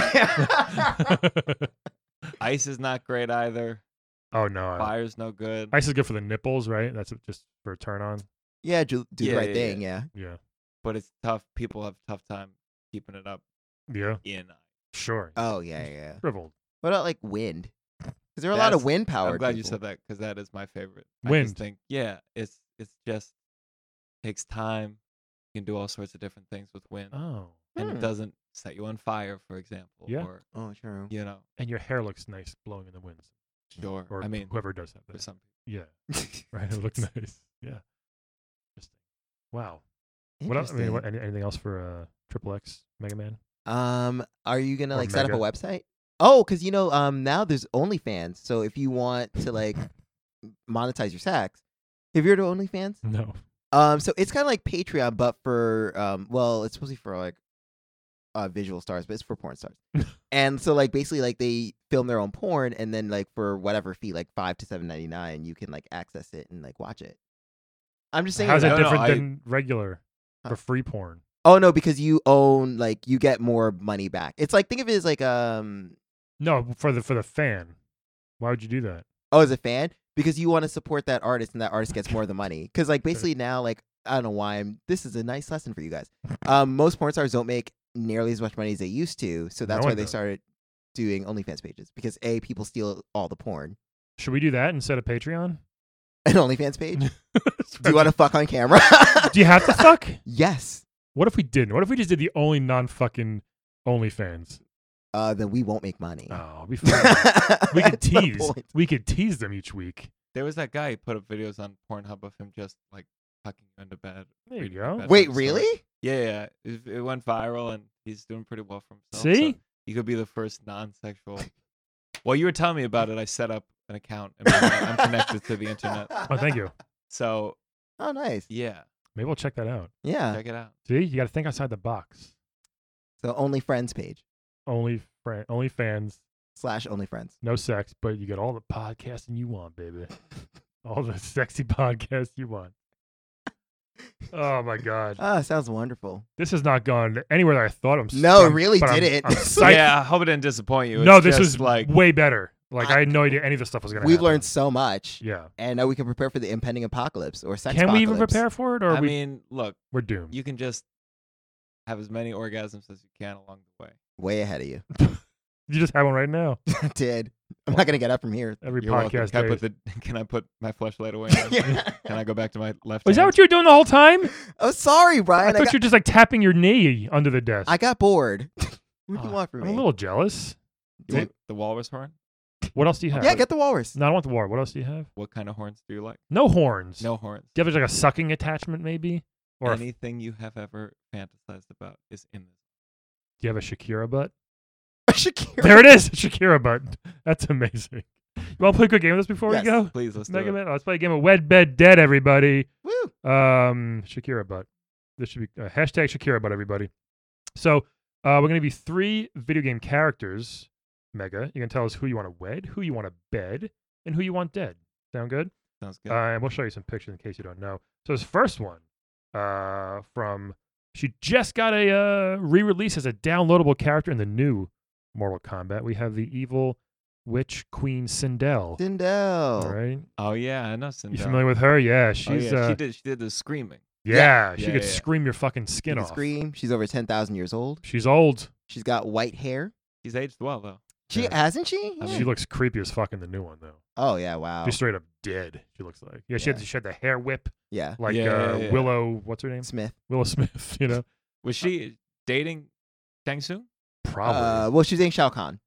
S4: ice is not great either.
S1: oh no, I-
S4: Fire's no good.
S1: Ice is good for the nipples, right? That's just for a turn on.
S3: yeah, do, do
S4: Yeah,
S3: the right
S4: yeah,
S3: thing. Yeah.
S1: Yeah,
S4: But it's tough. People have tough time keeping it up
S1: yeah,
S4: in. ice.
S1: sure.
S3: Oh yeah, yeah, yeah.
S1: Shriveled.
S3: What about like wind? Because there are a lot of
S4: That's-
S3: wind power.
S4: I'm glad you said that because that is my favorite. I
S1: Wind.
S4: just think, yeah, it's it's just takes time. You can do all sorts of different things with wind,
S1: Oh,
S4: and
S3: Hmm.
S4: it doesn't set you on fire, for example.
S1: Yeah.
S4: Or
S3: Oh, true.
S4: you know,
S1: and your hair looks nice blowing in the wind.
S4: sure.
S1: Or
S4: I mean,
S1: whoever does have
S4: for
S1: that.
S4: some
S1: Yeah, right. It looks nice. Yeah. Interesting. Wow. What else? I mean, what, any- anything else for uh, Triple X Mega Man?
S3: Um, are you gonna
S1: Or
S3: like set up a
S1: mega.
S3: website? Oh, because you know, um, now there's OnlyFans. So if you want to like monetize your sex, have you heard of OnlyFans?
S1: No.
S3: Um, so it's kind of like Patreon, but for um, well, it's supposed to be for like uh, visual stars, but it's for porn stars. and so like basically like they film their own porn, and then like for whatever fee, like five to seven ninety nine, you can like access it and like watch it. I'm just saying.
S1: How's
S4: I
S1: it
S4: don't know,
S1: different
S4: I-
S1: than regular
S3: Huh?
S1: for free porn?
S3: Oh no, because you own like you get more money back. It's like think of it as like um
S1: No, for the for the fan. Why would you do that?
S3: oh as a fan because you want to support that artist and that artist gets more of the money. Because like basically now like I don't know why I'm. This is a nice lesson for you guys. Um, most porn stars don't make nearly as much money as they used to, so
S1: No
S3: that's
S1: one
S3: why they
S1: does.
S3: started doing OnlyFans pages because a people steal all the porn.
S1: Should we do that instead of Patreon?
S3: An OnlyFans page. Do you want to fuck on camera?
S1: Do you have to fuck?
S3: yes.
S1: What if we didn't? What if we just did the only non-fucking OnlyFans?
S3: Uh, then we won't make money.
S4: Ah,
S1: Oh, it'd be fine. we could
S3: That's my
S1: tease.
S3: point.
S1: We could tease them each week.
S4: There was that guy who put up videos on Pornhub of him just like tucking you into bed.
S1: There you
S4: reading
S1: go.
S4: bedtime
S3: Wait,
S4: story.
S3: really?
S4: Yeah, yeah. It, it went viral, and he's doing pretty well for himself. so
S1: See?
S4: you could be the first non-sexual. While you were telling me about it, I set up an account. And I'm connected to the internet,
S1: Oh, thank you.
S4: so
S3: Oh, nice.
S4: yeah,
S1: Maybe we'll check that out.
S3: Yeah.
S4: check it out.
S1: See, you got to think outside the box.
S3: So only friends page
S1: Only friend, only fans,
S3: slash only friends.
S1: no sex, but you get all the podcasting you want, baby. all the sexy podcasts you want. Oh my god,
S3: Ah, sounds wonderful.
S1: this has not gone anywhere that I thought. I'm s-
S3: No,
S1: but
S3: it
S1: I'm-
S3: really
S1: but I'm-
S3: didn't.
S1: I'm psyched.
S4: yeah, I hope it didn't disappoint you.
S1: no,
S4: It's
S1: this
S4: just,
S1: is
S4: like
S1: like way better. Like I,
S3: I-
S1: had no idea any of this stuff was gonna.
S3: We've
S1: happen.
S3: learned so much,
S1: Yeah.
S3: and now we can prepare for the impending apocalypse or sex.
S1: Can we even prepare for it, or
S4: I
S1: we
S4: mean, look,
S1: we're doomed?
S4: you can just have as many orgasms as you can along the way.
S3: Way ahead of you.
S1: You just have one right now.
S3: Did I'm not gonna get up from here.
S1: Every
S4: You're welcome.
S1: podcast.
S4: Can I
S1: Day.
S4: put the? Can I put my flashlight away? now? Can I go back to my left?
S1: Oh, is that
S4: hand?
S1: what you were doing the whole time?
S3: oh, sorry,
S1: I
S3: Brian.
S1: thought
S3: I, got,
S1: you were just like tapping your knee under the desk.
S3: I got bored. what do
S1: Ah,
S3: you want from
S1: I'm
S3: me?
S1: a little jealous.
S4: You want the walrus horn?
S1: What else do you have?
S3: yeah, get the walrus.
S1: no, I don't want the war. What else do you have?
S4: What kind of horns do you like?
S1: No horns.
S4: No horns.
S1: Do you have like a sucking attachment, maybe? Or a- do
S4: Anything you have ever fantasized about is in this.
S1: you have a Shakira butt?
S3: Shakira.
S1: There it is, Shakira butt. That's amazing. You want to play a quick game with us before
S3: Yes.
S1: we go?
S4: Please let's do
S1: Mega
S4: it.
S1: Man. Let's play a game of Wed Bed Dead, everybody.
S3: Woo.
S1: Um, Shakira butt. This should be uh, hashtag Shakira butt, everybody. So uh, we're gonna be three video game characters. Mega, you can tell us who you want to wed, who you want to bed, and who you want dead. Sound good?
S4: Sounds good.
S1: Uh, and we'll show you some pictures in case you don't know. So this first one, uh, from she just got a uh, re-release as a downloadable character in the new Mortal Kombat. We have the evil witch queen Sindel.
S3: Dindel.
S1: All right,
S4: oh yeah, I know.
S1: you
S4: Sindel.
S1: familiar with her? Yeah,
S4: Oh,
S1: she's
S4: yeah,
S1: uh,
S4: she did. She did the screaming.
S1: yeah, she
S4: Yeah,
S1: could
S4: yeah, yeah.
S1: scream your fucking
S3: She
S1: skin
S3: can
S1: off.
S3: scream. She's over ten thousand years old.
S1: She's old.
S3: She's got white hair.
S4: She's aged well though.
S3: She
S1: Yeah.
S3: hasn't she?
S4: I
S3: Oh, Yeah.
S1: She looks creepy as fuck in the new one though.
S3: oh yeah. Wow.
S1: She's straight up dead. She looks like yeah. She,
S3: Yeah.
S1: Had, she had the hair whip
S3: Yeah.
S1: like
S4: Yeah,
S1: uh,
S4: yeah, yeah.
S1: Willow. What's her name?
S3: Smith.
S1: Willow Smith. You know,
S4: Was
S1: Uh,
S4: she dating Shang Tsung?
S1: probably
S3: Uh, well, she's dating Shao Kahn.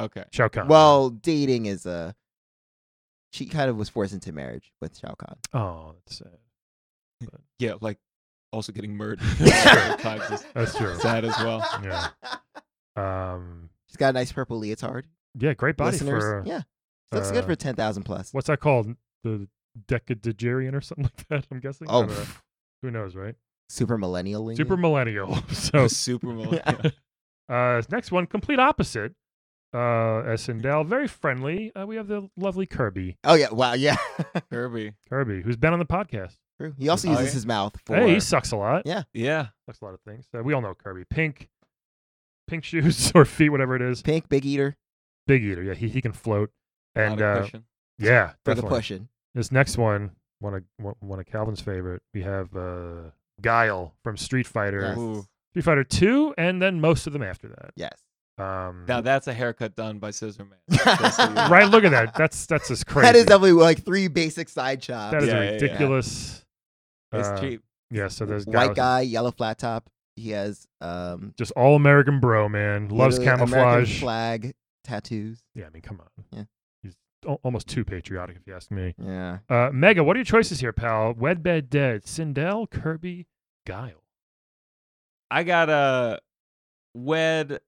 S4: Okay.
S1: Shao Kahn.
S3: Well, dating is a. She kind of was forced into marriage with Shao Kahn.
S1: oh, that's sad.
S4: Yeah, like also getting murdered. Times is
S1: That's true.
S4: Sad as well.
S1: Yeah. Um,
S3: She's got a nice purple leotard.
S1: yeah, great body
S3: Listeners,
S1: for uh,
S3: yeah, she looks good
S1: uh,
S3: for ten thousand plus.
S1: what's that called? The decadagerian or something like that. I'm guessing. I
S3: Oh,
S1: don't know. who knows, right?
S3: super millennial.
S1: Super millennial. so
S4: The Super Bowl. Yeah.
S1: Uh, this next one, complete opposite. Uh, Essendale, very friendly. Uh, we have the lovely Kirby,
S3: Oh yeah, wow, yeah.
S4: Kirby.
S1: Kirby, who's been on the podcast.
S3: True. He also
S4: Oh,
S3: uses
S4: yeah.
S3: his mouth for.
S1: Hey, he sucks a lot.
S3: Yeah.
S4: Yeah.
S1: Sucks a lot of things. Uh, we all know Kirby. Pink, pink shoes or feet, whatever it is.
S3: Pink big eater
S1: Big eater. Yeah, he, he can float. And
S4: on a
S1: uh,
S4: cushion.
S1: yeah,
S3: for the
S1: definitely.
S3: pushing.
S1: This next one, one of one- one of Calvin's favorite. We have uh, Guile from Street Fighter,
S3: Yes.
S4: Ooh.
S1: Street Fighter Two, and then most of them after that.
S3: Yes.
S1: Um,
S4: Now that's a haircut done by Scissor Man. Just so you know.
S1: right. Look at that. That's that's just crazy.
S3: That is definitely like three basic side chops.
S1: That is
S4: Yeah,
S1: a
S4: yeah, yeah.
S1: ridiculous.
S4: It's
S1: uh,
S4: cheap.
S1: Yeah, so there's
S3: White
S1: guys-
S3: guy, yellow flat top. He has um.
S1: just all American bro, man. Loves
S3: literally American
S1: camouflage.
S3: flag tattoos.
S1: Yeah, I mean, come on.
S3: Yeah.
S1: He's al- almost too patriotic, if you ask me.
S3: Yeah.
S1: Uh, Mega, what are your choices here, pal? Wed, Bed, Dead, Sindel, Kirby, Guile.
S4: I got a wed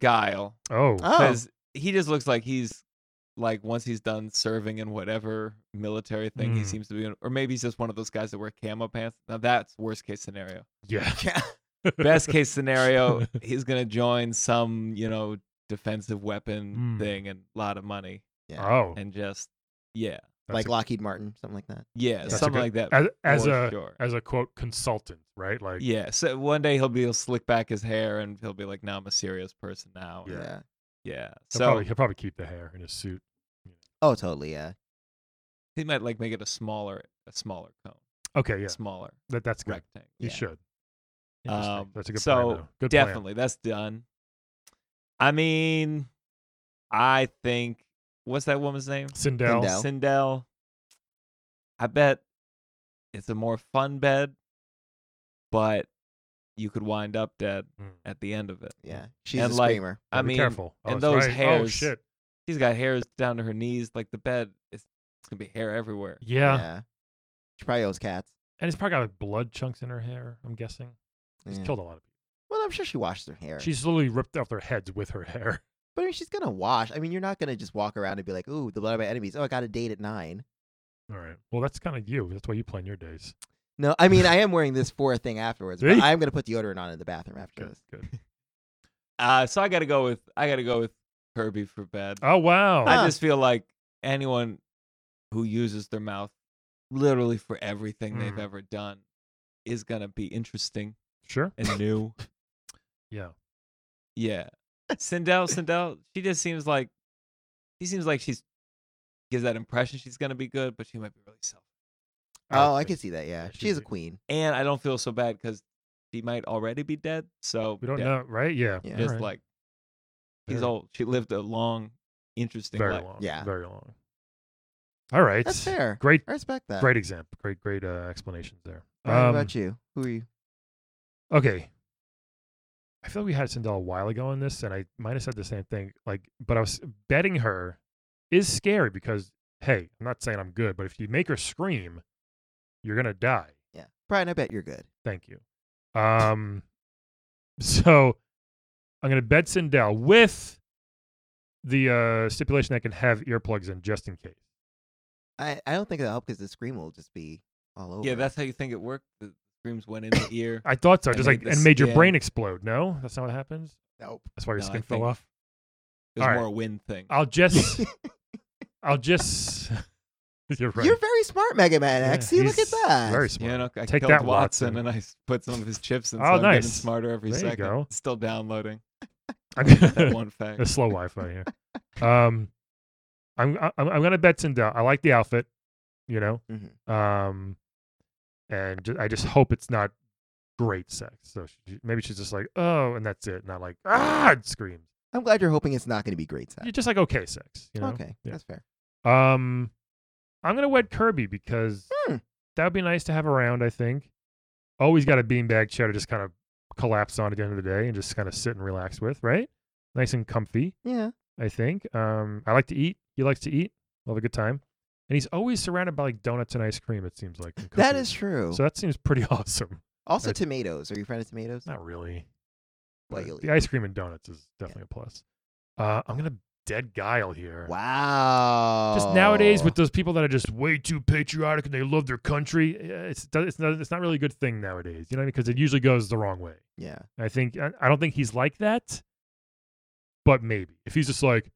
S4: Guile
S1: Oh,
S3: Oh,
S4: because he just looks like he's like once he's done serving in whatever military thing he
S1: Mm.
S4: seems to be in, or maybe he's just one of those guys that wear camo pants. Now that's worst case scenario.
S1: yeah.
S3: yeah.
S4: Best case scenario, he's gonna join some you know defensive weapon
S1: Mm.
S4: thing and a lot of money
S3: Yeah.
S1: Oh,
S4: and just yeah.
S1: That's
S3: like
S1: a-
S3: Lockheed Martin, something like that.
S4: Yeah,
S1: That's a
S4: something
S1: good-
S4: like that.
S1: as, as
S4: for
S1: a
S4: sure.
S1: as a quote consultant, right? Like
S4: yeah, so one day he'll be he'll slick back his hair and he'll be like, "No, I'm a serious person now."
S3: Yeah.
S4: Yeah.
S1: he'll,
S4: So
S1: probably, he'll probably keep the hair in his suit.
S3: Oh, totally. Yeah.
S4: he might like make it a smaller a smaller cone,
S1: Okay, yeah,
S4: smaller
S1: that, that's good.
S4: rectangle.
S1: You
S4: Yeah.
S1: should. Interesting.
S4: Um,
S1: that's a good
S4: so
S1: plan. though. Good plan.
S4: Definitely, that's done. I mean, I think what's that woman's name?
S1: Sindel.
S3: Sindel.
S4: Sindel. I bet it's a more fun bed, but you could wind up dead
S1: Mm.
S4: at the end of it.
S3: Yeah. She's
S4: And,
S3: a
S4: like,
S3: screamer.
S1: Oh,
S4: I
S1: be
S4: mean,
S1: careful. Oh,
S4: and
S1: that's
S4: those
S1: right. Oh
S4: hairs-
S1: shit.
S4: she's got hairs down to her knees. Like the bed, it's, it's gonna be hair everywhere.
S1: Yeah.
S3: She probably owes cats.
S1: and it's probably got like blood chunks in her hair. I'm guessing. She's
S3: Yeah.
S1: killed a lot of people.
S3: Well, I'm sure she washes her hair.
S1: She's literally ripped off their heads with her hair.
S3: but I mean, she's gonna wash. I mean, you're not gonna just walk around and be like, "Ooh, the blood of my enemies." Oh, I got a date at nine.
S1: All right. Well, that's kind of you. That's why you plan your days.
S3: No, I mean, I am wearing this for a thing afterwards. But
S1: See?
S3: I'm gonna put deodorant on in the bathroom after
S1: Good.
S3: this.
S1: Good.
S4: Uh, so I gotta go with I gotta go with Kirby for bed.
S1: Oh wow.
S4: I
S3: Ah.
S4: just feel like anyone who uses their mouth literally for everything they've
S1: Mm.
S4: ever done is gonna be interesting
S1: sure.
S4: and new.
S1: Yeah.
S4: yeah. Sindel, Sindel, she just seems like she seems like she's gives that impression she's gonna be good, but she might be really self.
S3: Oh, I
S1: Okay.
S3: can see that. Yeah,
S1: Yeah,
S3: she's a
S1: she's-
S3: queen.
S4: And I don't feel so bad because she might already be dead. So
S1: We don't
S4: yeah,
S1: know, right? Yeah.
S3: Yeah.
S1: all
S4: Just
S1: right.
S4: like she's
S1: Very-
S4: old. She lived a long, interesting
S1: very
S4: life.
S1: long.
S3: Yeah.
S1: Very long. All right.
S3: That's fair.
S1: Great.
S3: I respect that.
S1: Great example. Great. Great uh, explanations there.
S3: Brian,
S1: Um,
S3: what about you? Who are you?
S1: Okay. I feel like we had Sindel a while ago on this, and I might have said the same thing. Like, but I was betting her is scary because hey, I'm not saying I'm good, but if you make her scream, you're gonna die.
S3: Yeah, Brian. I bet you're good.
S1: Thank you. Um, so I'm gonna bet Sindel with the uh, stipulation that can have earplugs in just in case.
S3: I, I don't think that'll help because the scream will just be all over.
S4: Yeah, that's how you think it worked. The screams went in the ear.
S1: I thought so,
S4: And
S1: just
S4: made
S1: like
S4: the
S1: and made your
S4: skin-
S1: brain explode. No, that's not what happens.
S3: nope.
S1: That's why your
S4: No, I
S1: skin fell
S4: think-
S1: off.
S4: It was
S1: All
S4: more
S1: right.
S4: a wind thing.
S1: I'll just, I'll just. you're right.
S3: You're very smart, Mega Man
S1: Yeah,
S3: X. See, look at
S1: he's
S3: that.
S1: Very
S4: Yeah,
S1: smart.
S4: no, I
S1: Take
S4: killed
S1: that,
S4: Watson,
S1: Watson.
S4: and I s- put some of his chips in.
S1: Oh,
S4: so I'm getting
S1: nice.
S4: smarter every
S1: There you
S4: second.
S1: go.
S4: Still downloading
S1: I
S4: that
S1: mean,
S4: one fact.
S1: a slow Wi-Fi here. Um, I'm I- I'm, I'm gonna bet Sindel. I like the outfit, you know.
S3: Mhm.
S1: Um, and ju- I just hope it's not great sex. So she, maybe she's just like, oh, and that's it, not like ah, and screams.
S3: I'm glad you're hoping it's not going to be great sex.
S1: You're just like okay sex, you know.
S3: Okay,
S1: Yeah.
S3: that's fair.
S1: Um, I'm gonna wed Kirby because
S3: Hmm.
S1: that would be nice to have around. I think. Always got a beanbag chair to just kind of collapse on at the end of the day and just kind of sit and relax with, right? Nice and comfy,
S3: Yeah.
S1: I think. Um, I like to eat. He likes to eat. We'll have a good time. And he's always surrounded by like donuts and ice cream. It seems like and
S3: That
S1: cookies.
S3: is true.
S1: So that seems pretty awesome.
S3: also,
S1: I-
S3: tomatoes. Are you a friend of tomatoes?
S1: Not really.
S3: Well,
S1: but
S3: you'll
S1: the ice cream and donuts is definitely a plus. Uh, I'm gonna dead guile here.
S3: Wow.
S1: just nowadays
S3: Oh.
S1: with those people that are just way too patriotic and they love their country eh, it's do- it's not, it's not really a good thing nowadays you know because it usually goes the wrong way
S3: yeah.
S1: i think I, I don't think he's like that but maybe if he's just like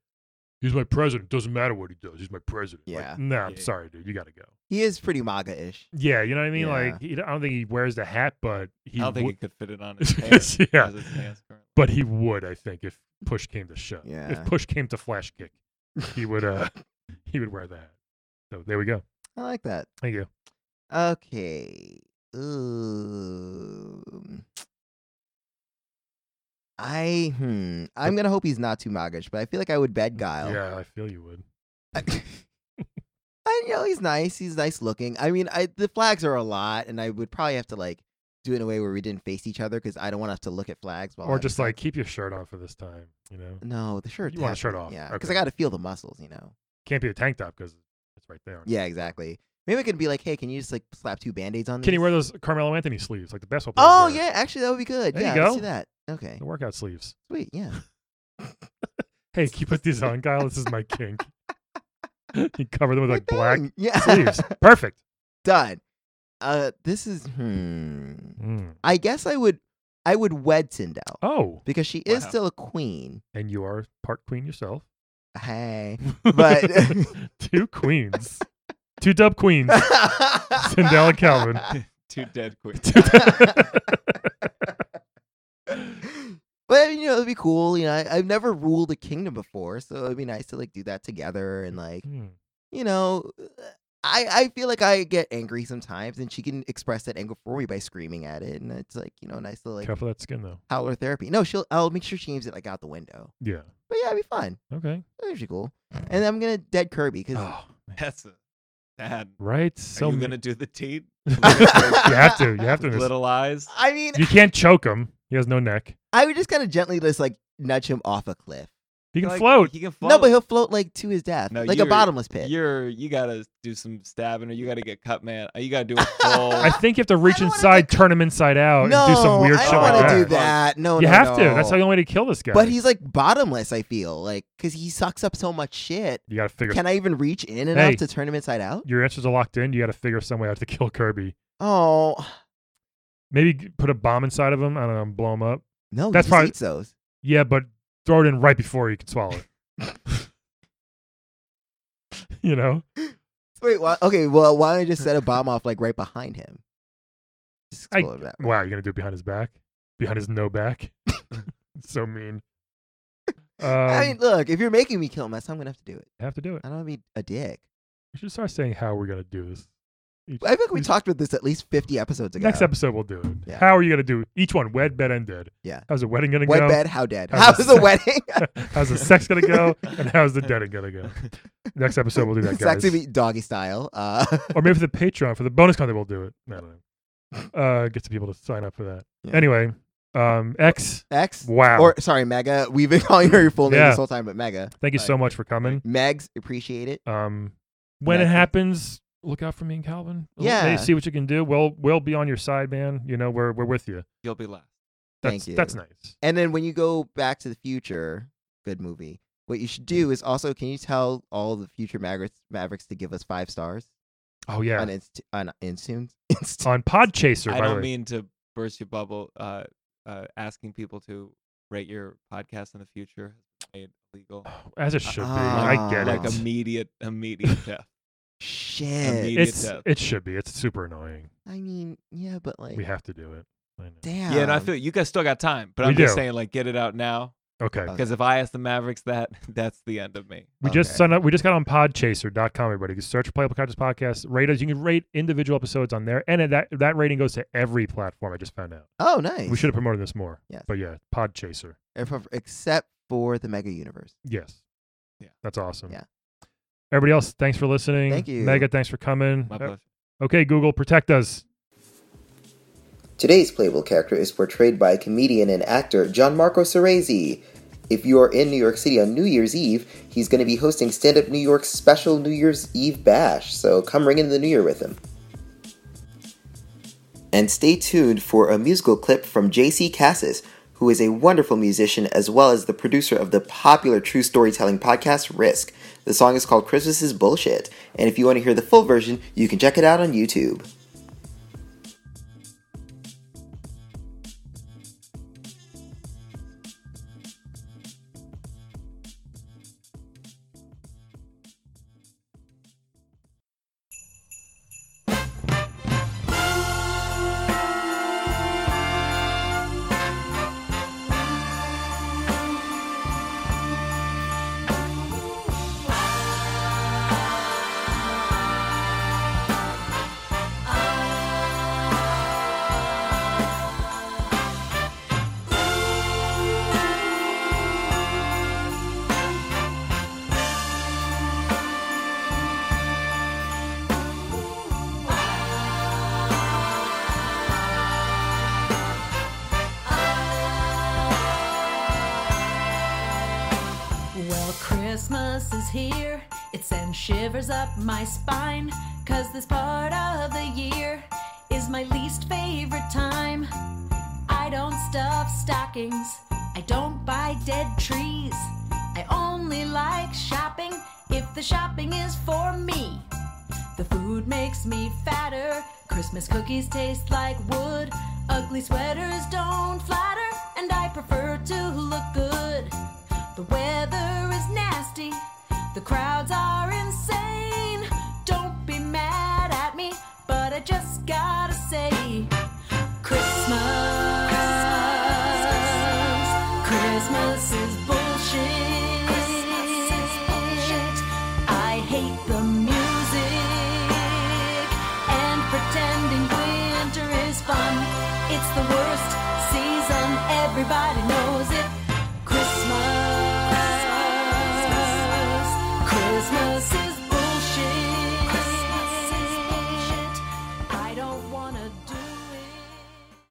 S1: he's my president doesn't matter what he does he's my president Like,
S3: Yeah.
S1: nah, i'm
S4: Yeah.
S1: sorry dude you gotta go
S3: He is pretty MAGA-ish.
S1: yeah you know what i mean
S3: Yeah.
S1: like he, i don't think he wears the hat but he
S4: I don't think
S1: would-
S4: he could fit it on his pants.
S1: Yeah.
S4: as it stands currently.
S1: but he would i think if push came to shove
S3: Yeah.
S1: if push came to flash kick he would uh he would wear the hat so there we go
S3: I like that.
S1: thank you
S3: Okay. Um, I hmm. I'm gonna hope he's not too MAGA-ish, but I feel like I would
S1: Mm,
S3: bed Guile.
S1: yeah i feel you would
S3: I, I know he's nice. He's nice looking. I mean, I the flags are a lot, and I would probably have to like do it in a way where we didn't face each other because I don't want us to look at flags. While
S1: or
S3: I'm-
S1: just like keep your shirt on for this time. You know,
S3: no, the shirt.
S1: You want a
S3: has
S1: shirt
S3: to-
S1: off.
S3: Yeah, because
S1: Okay.
S3: I got to feel the muscles. You know.
S1: can't be a tank top because it's right there.
S3: Yeah, exactly. Maybe I could be like, hey, can you just like slap two band aids on?
S1: Can you
S3: these?"
S1: wear those Carmelo Anthony sleeves, like the basketball players?
S3: Oh
S1: wear?
S3: yeah, actually that would be good.
S1: There you
S3: yeah, let's
S1: go.
S3: do that. Okay,
S1: the workout sleeves.
S3: sweet. Yeah.
S1: Hey, can you put these on, Kyle? This is my kink. you cover them with like
S3: We're
S1: black
S3: done. yeah.
S1: sleeves. Perfect.
S3: done. Uh, this is hmm.
S1: Mm.
S3: I guess I would I would wed Sindel
S1: Oh,
S3: because she is
S4: Wow.
S3: still a queen.
S1: and you are part queen yourself,
S3: Hey. But-
S1: two queens. Two dub queens. Sindel and Calvin.
S4: Two dead queens.
S1: Hmm.
S3: But I mean, you know, it'd be cool. You know, I, I've never ruled a kingdom before, so it'd be nice to like do that together and like
S1: Hmm.
S3: you know, I I feel like I get angry sometimes, and she can express that anger for me by screaming at it, and it's like you know, nice little like
S1: Careful of that skin though.
S3: howler therapy. No, she'll I'll make sure she aims it like out the window.
S1: Yeah.
S3: But yeah, it'd be fun.
S1: Okay.
S3: That'd be cool. And I'm gonna dead Kirby because
S1: Oh, man.
S4: That's a sad.
S1: right.
S4: Are
S1: So
S4: you
S1: ma-
S4: gonna do the teeth?
S1: you have to. You have to. in this.
S4: Little eyes.
S3: I mean,
S1: You can't choke him. He has no neck.
S3: I would just kind of gently just like nudge him off a cliff.
S1: He can
S4: Like,
S1: float.
S4: He can float.
S3: No, but he'll float like to his death,
S4: No,
S3: like a
S4: you're-
S3: bottomless pit.
S4: You're you gotta do some stabbing, or you gotta get cut, man. Uh, You gotta do a full.
S1: I think you have to reach
S3: don't wanna
S1: inside,
S3: get-
S1: turn him inside out,
S3: no,
S1: Oh, and do some weird
S3: I
S1: shit
S3: don't
S1: like
S3: want to
S1: that.
S3: do that. No,
S1: you
S3: no,
S1: have to.
S3: no.
S1: That's the only way to kill this guy.
S3: But he's like bottomless. I feel like because he sucks up so much shit.
S1: you got to figure.
S3: Can I even reach in enough
S1: Hey.
S3: to turn him inside out?
S1: your answers are locked in. You got to figure some way out to kill Kirby.
S3: Oh
S1: Maybe g- put a bomb inside of him. I don't know, and blow him up.
S3: no,
S1: That's
S3: he just
S1: probably-
S3: eats those.
S1: Yeah, but throw it in right before you can swallow it. you know,
S3: Wait, why, okay. Well, why don't I just set a bomb off like right behind him? Just
S1: I-
S3: explode that.
S1: wow, you're gonna do it behind his back, behind his no back. so mean. Um,
S3: I mean, look, if you're making me kill him, that's how I'm gonna have to do it.
S1: have to do it.
S3: I don't want to be a dick.
S1: We should start saying how we're gonna do this. Each-
S3: I think we
S1: each-
S3: talked about this at least 50 episodes ago.
S1: Next episode we'll do it.
S3: Yeah.
S1: How are you gonna do each one? Wed, bed, and dead.
S3: Yeah.
S1: How's the wedding gonna
S3: Wed
S1: go?
S3: bed, how dead?
S1: How's
S3: How's
S1: the
S3: the wedding?
S1: how's the sex gonna go? And how's the dead gonna go? Next episode we'll do that, guys.
S3: Sexy be doggy style. Uh,
S1: or maybe for the Patreon for the bonus content we'll do it. I don't know. Uh, get some people to sign up for that.
S3: Yeah.
S1: Anyway, um, X.
S3: X.
S1: Wow.
S3: Or sorry, Mega. We've been calling her your full name
S1: Yeah.
S3: this whole time, but Mega.
S1: Thank you so much for coming.
S3: Megs, appreciate it.
S1: Um, when it
S3: Matthew.
S1: happens, look out for me and Calvin. L- hey,
S3: Yeah.
S1: see what you can do. We'll we'll be on your side, man. You know we're we're with you.
S4: You'll be last.
S1: That's,
S3: Thank you.
S1: That's nice.
S3: And then when you go back to the future, good movie. What you should
S1: Mm.
S3: do is also can you tell all the future Mavericks, Mavericks to give us five stars
S1: Oh yeah. Oh,
S3: on Inst- on Instunes? Inst-
S1: On Podchaser,
S4: I
S1: by the
S4: don't
S1: way.
S4: mean to burst your bubble. Uh, uh, asking people to rate your podcast in the future has been made illegal.
S1: As it should be.
S3: Ah.
S1: I get
S4: like
S1: it.
S4: immediate, immediate death.
S3: Shit.
S4: Immediate-
S1: It's
S4: death.
S1: it should be. It's super annoying.
S3: I mean, yeah, but like,
S1: We have to do it. I know.
S3: damn.
S4: Yeah, and I feel you guys still got time, but
S1: We
S4: I'm just
S1: do. Uh,
S4: saying, like, get it out now.
S1: Okay.
S3: Okay.
S4: Because if I ask the Mavericks that, that's the end of me.
S1: We just
S3: Okay.
S1: signed up. We just got on Podchaser.com. Everybody, you can search Playable Conscious Podcast. Rate us. You can rate individual episodes on there, and that that rating goes to every platform. I just found out.
S3: Oh, nice.
S1: We should have promoted this more.
S3: Yes.
S1: But yeah, Podchaser.
S3: If- Except for the Mega Universe.
S1: Yes.
S4: Yeah.
S1: That's awesome.
S3: Yeah.
S1: Everybody else, thanks for listening.
S3: Thank you.
S1: Mega, thanks for coming.
S4: My
S1: Uh,
S4: pleasure.
S1: okay, Google, protect us.
S3: Today's playable character is portrayed by comedian and actor Gianmarco Cerezi. If you are in New York City on New Year's Eve, he's going to be hosting Stand Up New York's special New Year's Eve bash, so come ring in the new year with him. And stay tuned for a musical clip from JC Cassis, who is a wonderful musician as well as the producer of the popular true storytelling podcast Risk. The song is called Christmas is Bullshit, and if you want to hear the full version, you can check it out on YouTube.
S5: Well, Christmas is here. It sends shivers up my spine. Cause this part of the year is my least favorite time. I don't stuff stockings. I don't buy dead trees. I only like shopping if the shopping is for me. The food makes me fatter. Christmas cookies taste like wood. Ugly sweaters don't flatter. And I prefer to look good. The weather is nasty. The crowds are insane. Don't be knows